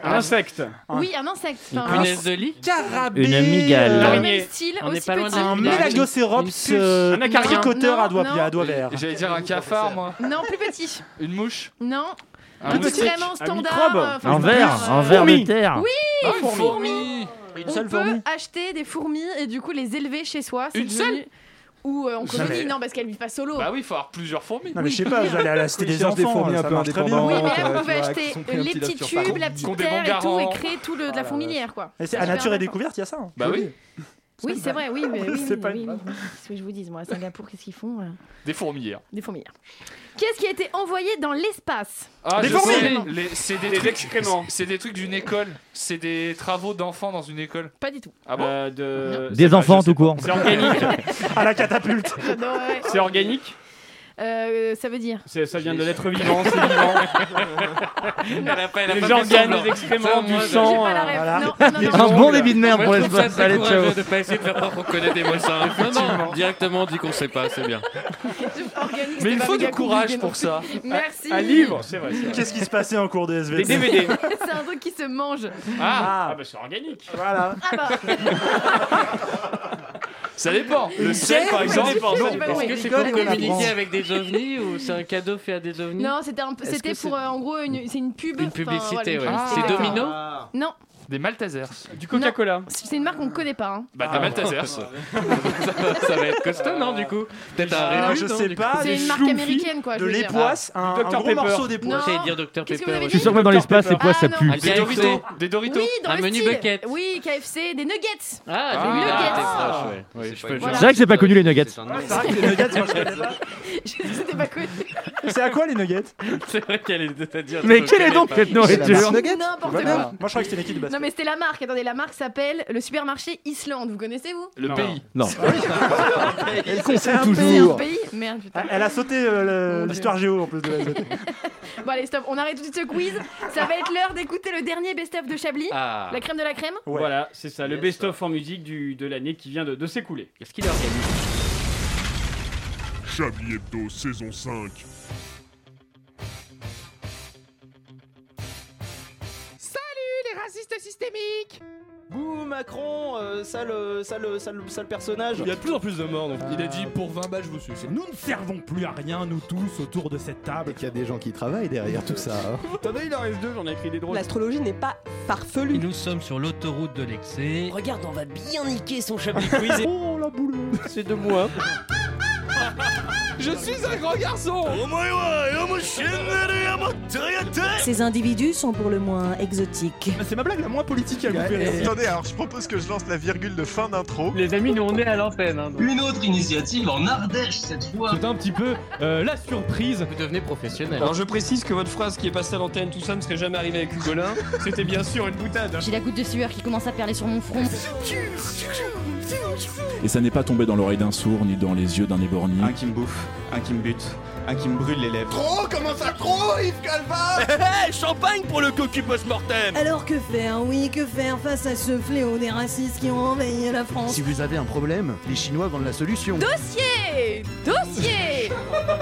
Speaker 12: Un insecte.
Speaker 1: Oui, un insecte.
Speaker 12: Une
Speaker 1: Enfin,
Speaker 12: punaise de
Speaker 15: lit. Carabée.
Speaker 12: Une mygale.
Speaker 15: euh,
Speaker 12: L'araignée.
Speaker 1: Même style,
Speaker 15: On
Speaker 1: aussi
Speaker 15: n'est pas loin
Speaker 1: petit.
Speaker 15: d'un
Speaker 1: Une-
Speaker 15: mélagocérops.
Speaker 11: une puce.
Speaker 15: euh,
Speaker 11: Un acariens.
Speaker 15: tricoteur à
Speaker 1: Non,
Speaker 15: doigts
Speaker 1: non.
Speaker 15: à doigts verts.
Speaker 11: J'allais dire un cafard, moi.
Speaker 1: Non, plus petit.
Speaker 11: Une mouche.
Speaker 1: Non.
Speaker 11: Un
Speaker 1: Un
Speaker 11: moustique.
Speaker 1: petit vraiment
Speaker 11: Un
Speaker 1: standard.
Speaker 11: microbe.
Speaker 1: euh, enfin,
Speaker 18: Un
Speaker 1: je-
Speaker 18: verre, un verre de
Speaker 1: Fourmi.
Speaker 18: terre.
Speaker 1: Oui,
Speaker 18: Ah,
Speaker 1: une
Speaker 18: fourmi.
Speaker 1: fourmi.
Speaker 18: Une
Speaker 1: on
Speaker 18: seule
Speaker 1: peut
Speaker 18: fourmi.
Speaker 1: acheter des fourmis et du coup les élever chez soi. c'est
Speaker 11: Une
Speaker 1: devenu-
Speaker 11: seule
Speaker 1: Ou euh, en
Speaker 11: Jamais.
Speaker 1: colonie, non, parce qu'elles vivent pas solo.
Speaker 11: Bah oui, il faut avoir plusieurs fourmis.
Speaker 15: Non, mais je sais pas, j'allais à la cité des enfants, ça marche très bien.
Speaker 1: Oui,
Speaker 18: hein,
Speaker 1: mais là,
Speaker 18: euh,
Speaker 1: vous pouvez acheter les petits tubes, la petite terre et tout, et créer tout le, de la fourmilière, quoi.
Speaker 15: Et c'est-
Speaker 1: C'est
Speaker 15: à
Speaker 1: super
Speaker 15: nature et
Speaker 1: intéressant.
Speaker 15: découverte, il y a ça. hein.
Speaker 11: Bah oui.
Speaker 1: Oui, [laughs] c'est vrai, oui, mais oui,
Speaker 15: C'est
Speaker 1: oui,
Speaker 15: pas
Speaker 1: oui,
Speaker 15: grave.
Speaker 1: oui, oui. Qu'est-ce que je vous dise, moi, à Singapour, qu'est-ce qu'ils font euh,
Speaker 11: Des fourmilières.
Speaker 1: Des fourmilières. Qu'est-ce qui a été envoyé dans l'espace
Speaker 11: Ah, je
Speaker 1: fourmis.
Speaker 11: sais, les- C'est des, trucs. c'est- C'est des trucs d'une école. C'est des travaux d'enfants dans une école.
Speaker 1: Pas du tout.
Speaker 11: Ah bon
Speaker 18: Des enfants tout court.
Speaker 11: C'est organique.
Speaker 15: À la catapulte.
Speaker 1: J'adore, ouais.
Speaker 12: [laughs] C'est organique
Speaker 1: Euh, ça
Speaker 12: [laughs]
Speaker 1: veut dire.
Speaker 12: C'est- Ça vient de l'être vivant, c'est vivant. Les organes, les excréments, du sang.
Speaker 1: pas la
Speaker 12: euh,
Speaker 1: ref.
Speaker 12: voilà.
Speaker 1: Non,
Speaker 12: Les
Speaker 18: Un
Speaker 12: ongles.
Speaker 18: bon débit de merde
Speaker 13: Moi,
Speaker 18: pour
Speaker 13: je trouve ça
Speaker 18: l'espace.
Speaker 13: très
Speaker 18: Allez, ciao.
Speaker 13: courageux de pas essayer de faire croire qu'on connaît des mots [laughs] simples. Non, non, directement, on dit qu'on sait pas, c'est bien.
Speaker 1: Organique,
Speaker 11: Mais
Speaker 1: c'est
Speaker 11: il
Speaker 1: pas
Speaker 11: faut du
Speaker 1: méga
Speaker 11: courage
Speaker 1: compliqué, non
Speaker 11: pour ça.
Speaker 1: plus. Merci.
Speaker 15: Qu'est-ce qui se passait en cours de SVT
Speaker 11: Des DVD.
Speaker 1: [laughs] C'est un truc qui se mange. Ah
Speaker 11: Ah.
Speaker 12: bah c'est organique.
Speaker 15: Voilà.
Speaker 1: bah,
Speaker 11: Ça dépend. Le
Speaker 13: Une
Speaker 11: sel,
Speaker 13: pierre,
Speaker 11: par
Speaker 13: ça
Speaker 11: exemple.
Speaker 13: dépend, ça
Speaker 11: non.
Speaker 13: dépend. Est-ce que c'est pour communiquer avec des ovnis ou c'est un cadeau fait à des ovnis
Speaker 1: Non, c'était un-
Speaker 13: Est-ce
Speaker 1: c'était
Speaker 13: que c'est-
Speaker 1: pour euh, en gros une- c'est une pub.
Speaker 13: Une
Speaker 1: enfin,
Speaker 13: publicité,
Speaker 1: voilà,
Speaker 13: ouais.
Speaker 1: une
Speaker 13: C'est
Speaker 11: Ah.
Speaker 1: publicité.
Speaker 13: Domino
Speaker 1: Non.
Speaker 33: Des Maltesers.
Speaker 34: Du Coca-Cola.
Speaker 1: C'est une marque qu'on ne connaît pas. hein.
Speaker 33: Bah,
Speaker 35: Ah.
Speaker 33: des Maltesers.
Speaker 35: Ça-
Speaker 11: [laughs]
Speaker 35: ça va être costaud, non, du coup Peut-être un
Speaker 15: Ah,
Speaker 35: rébut,
Speaker 15: je
Speaker 35: non,
Speaker 15: sais
Speaker 35: du
Speaker 15: pas,
Speaker 35: coup
Speaker 1: C'est une marque américaine, quoi. je
Speaker 15: de
Speaker 1: veux dire.
Speaker 15: l'époisse, un, un gros morceau
Speaker 1: Non.
Speaker 15: d'époisse.
Speaker 35: J'allais dire Dr
Speaker 1: Qu'est-ce que
Speaker 35: Pepper.
Speaker 1: vous avez
Speaker 35: Je suis
Speaker 1: dit
Speaker 35: sûr que même dans l'espace,
Speaker 1: Dr.
Speaker 35: l'époisse, ça
Speaker 1: Pepper.
Speaker 35: pue.
Speaker 1: Ah, non.
Speaker 35: Des Doritos.
Speaker 33: Des Doritos.
Speaker 1: Oui, dans
Speaker 35: Un
Speaker 1: le
Speaker 35: menu
Speaker 1: style.
Speaker 35: bucket.
Speaker 1: Oui, KFC, des nuggets.
Speaker 35: Ah,
Speaker 33: des
Speaker 1: nuggets.
Speaker 33: nuggets. Ah, ouais. Oui, je peux le
Speaker 1: Voilà.
Speaker 33: dire.
Speaker 36: C'est vrai que c'est pas connu les
Speaker 12: Ah,
Speaker 36: nuggets.
Speaker 15: C'est vrai que les nuggets, moi, je connais pas.
Speaker 1: C'était pas connu.
Speaker 15: [laughs] C'est à quoi les nuggets
Speaker 35: C'est vrai qu'elle est à dire.
Speaker 36: Mais quelle est donc cette nourriture
Speaker 1: N'importe quoi.
Speaker 15: Moi, je crois que c'était l'équipe de
Speaker 1: Non,
Speaker 15: basket.
Speaker 1: mais c'était la marque. Attendez, la marque s'appelle le supermarché Islande. Vous connaissez, vous
Speaker 33: Le pays.
Speaker 36: Non.
Speaker 15: Ah Elle
Speaker 1: C'est un
Speaker 15: confond
Speaker 1: pays, un
Speaker 15: toujours.
Speaker 1: pays Merde, putain.
Speaker 15: Elle a sauté euh, le- l'histoire géo en plus de la
Speaker 1: Bon, allez, stop. On arrête tout de suite ce quiz. Ça va être l'heure d'écouter le dernier best-of de Chablis.
Speaker 34: Ah.
Speaker 1: La crème de la crème.
Speaker 34: Voilà, c'est ça, le best-of en musique du- de l'année qui vient de, de s'écouler.
Speaker 35: Est-ce qu'il est organisé
Speaker 24: Chablis Hebdo saison 5.
Speaker 37: Salut les racistes systémiques
Speaker 13: Bouh Macron, euh, sale, euh, sale, euh, sale, sale personnage.
Speaker 12: Il y a de plus en plus de morts, donc il a dit pour 20 balles, je vous suis.
Speaker 8: Nous ne servons plus à rien, nous tous, autour de cette table. Et qu'il y a des gens qui travaillent derrière tout ça. hein.
Speaker 35: [laughs]
Speaker 34: Attendez, il en reste deux, j'en ai écrit des drôles.
Speaker 8: L'astrologie n'est pas farfelue.
Speaker 18: Nous sommes sur l'autoroute de l'excès.
Speaker 8: Regarde, on va bien niquer son
Speaker 18: Chablis Quiz.
Speaker 8: oh la boule
Speaker 13: C'est de moi.
Speaker 12: Je suis un grand garçon
Speaker 8: [laughs] Ces individus sont pour le moins exotiques.
Speaker 12: Ah, C'est ma blague la moins politique
Speaker 8: à vous faire.
Speaker 12: Attendez, alors je propose que je lance la virgule de fin d'intro. Les amis, nous on est à l'antenne. hein, Une autre initiative en Ardèche cette fois. C'est un petit peu euh, la surprise. Vous devenez professionnel.
Speaker 35: Alors je précise que votre phrase qui est passée à l'antenne, tout ça ne serait jamais arrivé avec Hugolin. C'était bien sûr une boutade.
Speaker 38: J'ai la goutte de sueur qui commence à perler sur mon front.
Speaker 39: Et ça n'est pas tombé dans l'oreille d'un sourd ni dans les yeux d'un éborgné.
Speaker 12: qui me bouffe, un qui me bute, un qui me brûle les lèvres.
Speaker 17: Trop Comment ça trop, Yves Calva
Speaker 12: [laughs] champagne pour le cocu post-mortem
Speaker 8: [laughs] Alors que faire Oui, que faire face à ce fléau des racistes qui ont envahi la France
Speaker 12: vous avez un problème, les Chinois vendent la solution.
Speaker 1: Dossier Dossier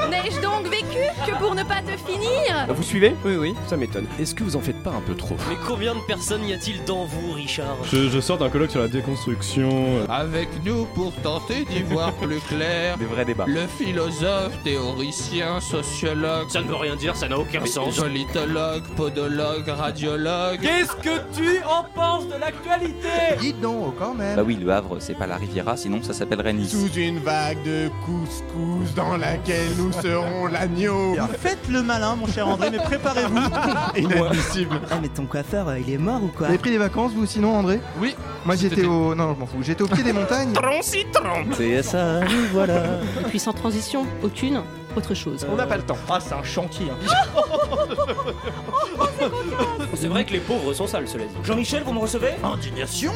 Speaker 1: N'ai-je donc vécu que pour ne pas te finir
Speaker 12: Vous suivez Oui, oui, ça m'étonne. Est-ce que vous en faites pas un peu trop
Speaker 18: Mais combien de personnes y a-t-il dans vous, Richard
Speaker 12: je, sors d'un colloque sur la déconstruction.
Speaker 11: Avec nous pour tenter d'y voir plus clair.
Speaker 12: Des vrais débats.
Speaker 11: Le philosophe, théoricien, sociologue.
Speaker 18: Ça ne veut rien dire, ça n'a aucun sens.
Speaker 11: Politologue, podologue, radiologue.
Speaker 18: Qu'est-ce que tu en penses de l'actualité
Speaker 12: Dis donc, quand même.
Speaker 40: Bah oui, le Havre, c'est pas la Riviera, sinon ça s'appellerait Nice.
Speaker 17: Sous une vague de couscous dans laquelle nous serons l'agneau.
Speaker 15: Faites le malin, mon cher André, mais préparez-vous.
Speaker 12: [laughs] Inadmissible.
Speaker 8: Ah, mais ton coiffeur, euh, il est mort ou
Speaker 12: Vous
Speaker 8: quoi
Speaker 12: avez pris des vacances, vous, sinon, André
Speaker 40: Oui.
Speaker 12: Moi, j'étais au. Non, je m'en fous. J'étais au pied
Speaker 40: [laughs]
Speaker 12: des montagnes. Tron, citron
Speaker 8: C'est ça, nous voilà
Speaker 38: Et puis sans transition, aucune, autre chose.
Speaker 12: On n'a pas le temps. Ah, c'est un chantier.
Speaker 18: Ah C'est vrai que les pauvres sont sales, cela dit.
Speaker 12: Jean-Michel, vous me recevez Indignation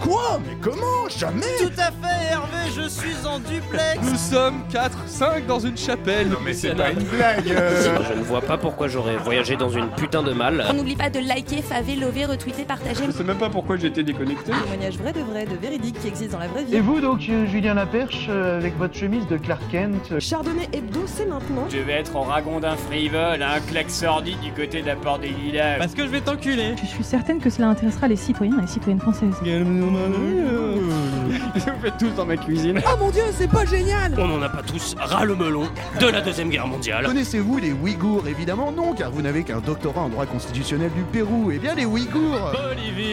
Speaker 12: Quoi Mais comment Jamais
Speaker 18: Tout à fait, Hervé, je suis en duplex
Speaker 12: Nous sommes 4, 5 dans une chapelle. Non, mais c'est pas une
Speaker 18: blague euh. Je ne vois pas pourquoi j'aurais voyagé dans une putain de malle.
Speaker 38: n'oublie pas de liker, faver, lover, retweeter, partager.
Speaker 34: Je sais même pas pourquoi j'étais déconnecté.
Speaker 8: Témoignage vrai de vrai, de véridique qui existe dans la vraie vie.
Speaker 12: donc, euh, Julien Laperche, euh, avec votre chemise de Clark Kent euh,
Speaker 8: Chardonnay hebdo, c'est maintenant.
Speaker 41: Je vais être en ragondin frivole, un claque sordide du côté de la porte des villages. Parce que je vais
Speaker 1: [laughs]
Speaker 41: t'enculer
Speaker 38: Je suis certaine que cela intéressera les citoyens et les citoyennes françaises.
Speaker 34: Vous faites tous dans ma cuisine.
Speaker 8: Oh mon dieu, c'est pas génial
Speaker 18: On n'en a pas tous ras le melon de la Deuxième Guerre mondiale.
Speaker 12: Connaissez-vous les Ouïghours Évidemment non, car vous n'avez qu'un doctorat en droit constitutionnel du Pérou. Eh bien, les Ouïghours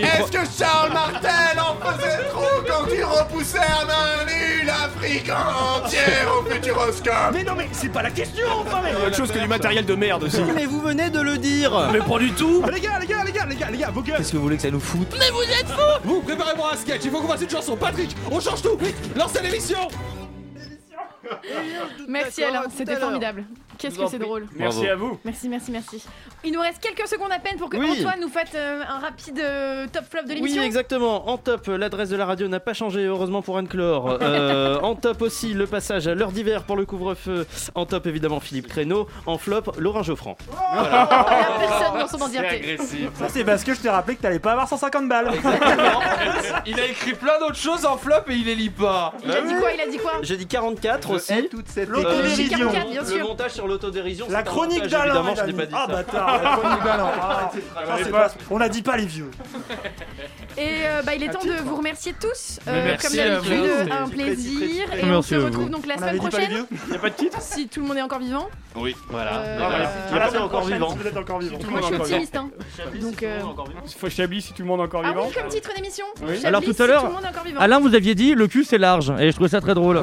Speaker 17: Est-ce que Charles Martel en faisait trop quand il repoussait à main nue l'Afrique entière au futuroscope
Speaker 8: Mais non, mais c'est pas la question, enfin
Speaker 12: Autre chose que du matériel de merde aussi.
Speaker 8: Mais vous venez de le dire
Speaker 12: Mais pas du tout
Speaker 8: Les gars, les gars, les gars, les gars, les gars, vos gueules
Speaker 12: Qu'est-ce que vous voulez que ça nous foute
Speaker 8: Mais vous êtes fous
Speaker 12: Vous, préparez-moi un sketch, il faut qu'on fasse une chanson. Patrick, on change tout Vite, lancez l'émission
Speaker 1: Merci
Speaker 8: D'accord,
Speaker 1: Alain,
Speaker 8: à tout à
Speaker 1: c'était
Speaker 8: l'heure.
Speaker 1: formidable.
Speaker 8: Je
Speaker 1: Qu'est-ce
Speaker 8: vous
Speaker 1: que
Speaker 8: en
Speaker 1: c'est
Speaker 8: prie.
Speaker 1: drôle.
Speaker 8: Merci Bravo. à
Speaker 34: vous.
Speaker 1: Merci, merci, merci. Il nous reste quelques secondes à peine pour que
Speaker 13: Oui.
Speaker 1: Antoine nous fasse euh, un rapide euh, top flop de
Speaker 13: Oui,
Speaker 1: l'émission.
Speaker 13: exactement. En top, l'adresse de la radio n'a pas changé, heureusement
Speaker 1: [laughs]
Speaker 13: pour Anne-Clore. Euh, en top aussi, le passage à l'heure d'hiver pour le couvre-feu. En top, évidemment, Philippe Créneau. En flop, Laurent Geoffran.
Speaker 1: La Ah. personne dans son entièreté.
Speaker 15: Ça, c'est parce que je t'ai rappelé que t'allais pas avoir 150 balles.
Speaker 12: Il a écrit plein d'autres choses en flop et il les lit pas
Speaker 11: Bah
Speaker 1: Il a dit quoi Il a dit quoi
Speaker 13: J'ai dit 44, aussi.
Speaker 15: L'autodérision.
Speaker 11: euh,
Speaker 15: Logique à quatre, bien
Speaker 13: Le
Speaker 15: sûr.
Speaker 13: montage sur l'autodérision.
Speaker 15: La
Speaker 13: c'est un
Speaker 15: chronique
Speaker 13: montage,
Speaker 15: d'Alain,
Speaker 13: évidemment,
Speaker 15: il
Speaker 13: je
Speaker 15: a
Speaker 13: n'ai
Speaker 15: mis.
Speaker 13: pas dit
Speaker 15: Ah,
Speaker 13: ça. [laughs]
Speaker 15: bâtard, la chronique d'Alain.
Speaker 13: Ah, c'est
Speaker 15: Ça,
Speaker 13: travaillé.
Speaker 15: c'est pas- On la dit pas les vieux.
Speaker 1: Et euh, bah, il est temps de vous remercier tous.
Speaker 15: Mais
Speaker 1: euh,
Speaker 15: merci
Speaker 1: comme
Speaker 15: à vous,
Speaker 1: d'habitude,
Speaker 15: c'était-
Speaker 1: un
Speaker 15: c'était très,
Speaker 1: plaisir.
Speaker 15: très, très
Speaker 1: Et on
Speaker 13: Merci
Speaker 1: se
Speaker 13: à
Speaker 1: retrouve
Speaker 13: vous.
Speaker 1: donc la
Speaker 13: On
Speaker 1: semaine
Speaker 13: avait dit pas les
Speaker 1: prochaine.
Speaker 13: vieux
Speaker 1: Il n'y a pas de titre Si tout le monde est encore vivant.
Speaker 13: Oui, voilà.
Speaker 1: Euh,
Speaker 13: Déjà.
Speaker 1: voilà.
Speaker 13: Il y a
Speaker 1: Ah,
Speaker 13: pas encore
Speaker 1: prochaine,
Speaker 13: vivant.
Speaker 1: si vous êtes
Speaker 12: encore vivant.
Speaker 1: Moi, je suis optimiste. Hein. Donc, euh,
Speaker 12: Faut Chablis si tout le monde est encore
Speaker 1: Ah
Speaker 12: vivant.
Speaker 1: oui, comme titre d'émission.
Speaker 12: Oui.
Speaker 1: Chablis,
Speaker 18: Alors tout
Speaker 1: si
Speaker 18: à l'heure,
Speaker 1: le monde est encore vivant.
Speaker 18: Alain, vous aviez dit le cul c'est large, et je trouvais ça très drôle.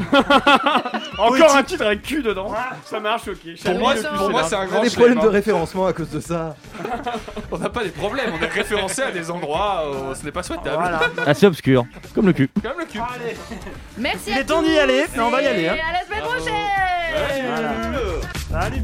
Speaker 12: Encore un titre avec cul dedans. Ça marche, ok.
Speaker 11: Pour moi,
Speaker 12: Chablis, le cul,
Speaker 11: pour moi,
Speaker 12: là.
Speaker 11: c'est un
Speaker 31: On a
Speaker 11: grand
Speaker 31: des
Speaker 11: chelem,
Speaker 31: problèmes de
Speaker 11: hein.
Speaker 31: référencement à cause de ça.
Speaker 11: On n'a pas des problèmes, on est référencé à des endroits où ce n'est pas souhaitable.
Speaker 18: Assez obscur, comme le cul.
Speaker 11: Comme le cul.
Speaker 1: Merci
Speaker 15: Il
Speaker 1: à
Speaker 15: est temps d'y
Speaker 1: tous
Speaker 15: aller. On va y
Speaker 1: et
Speaker 15: aller, hein.
Speaker 1: À la semaine prochaine.
Speaker 15: Salut.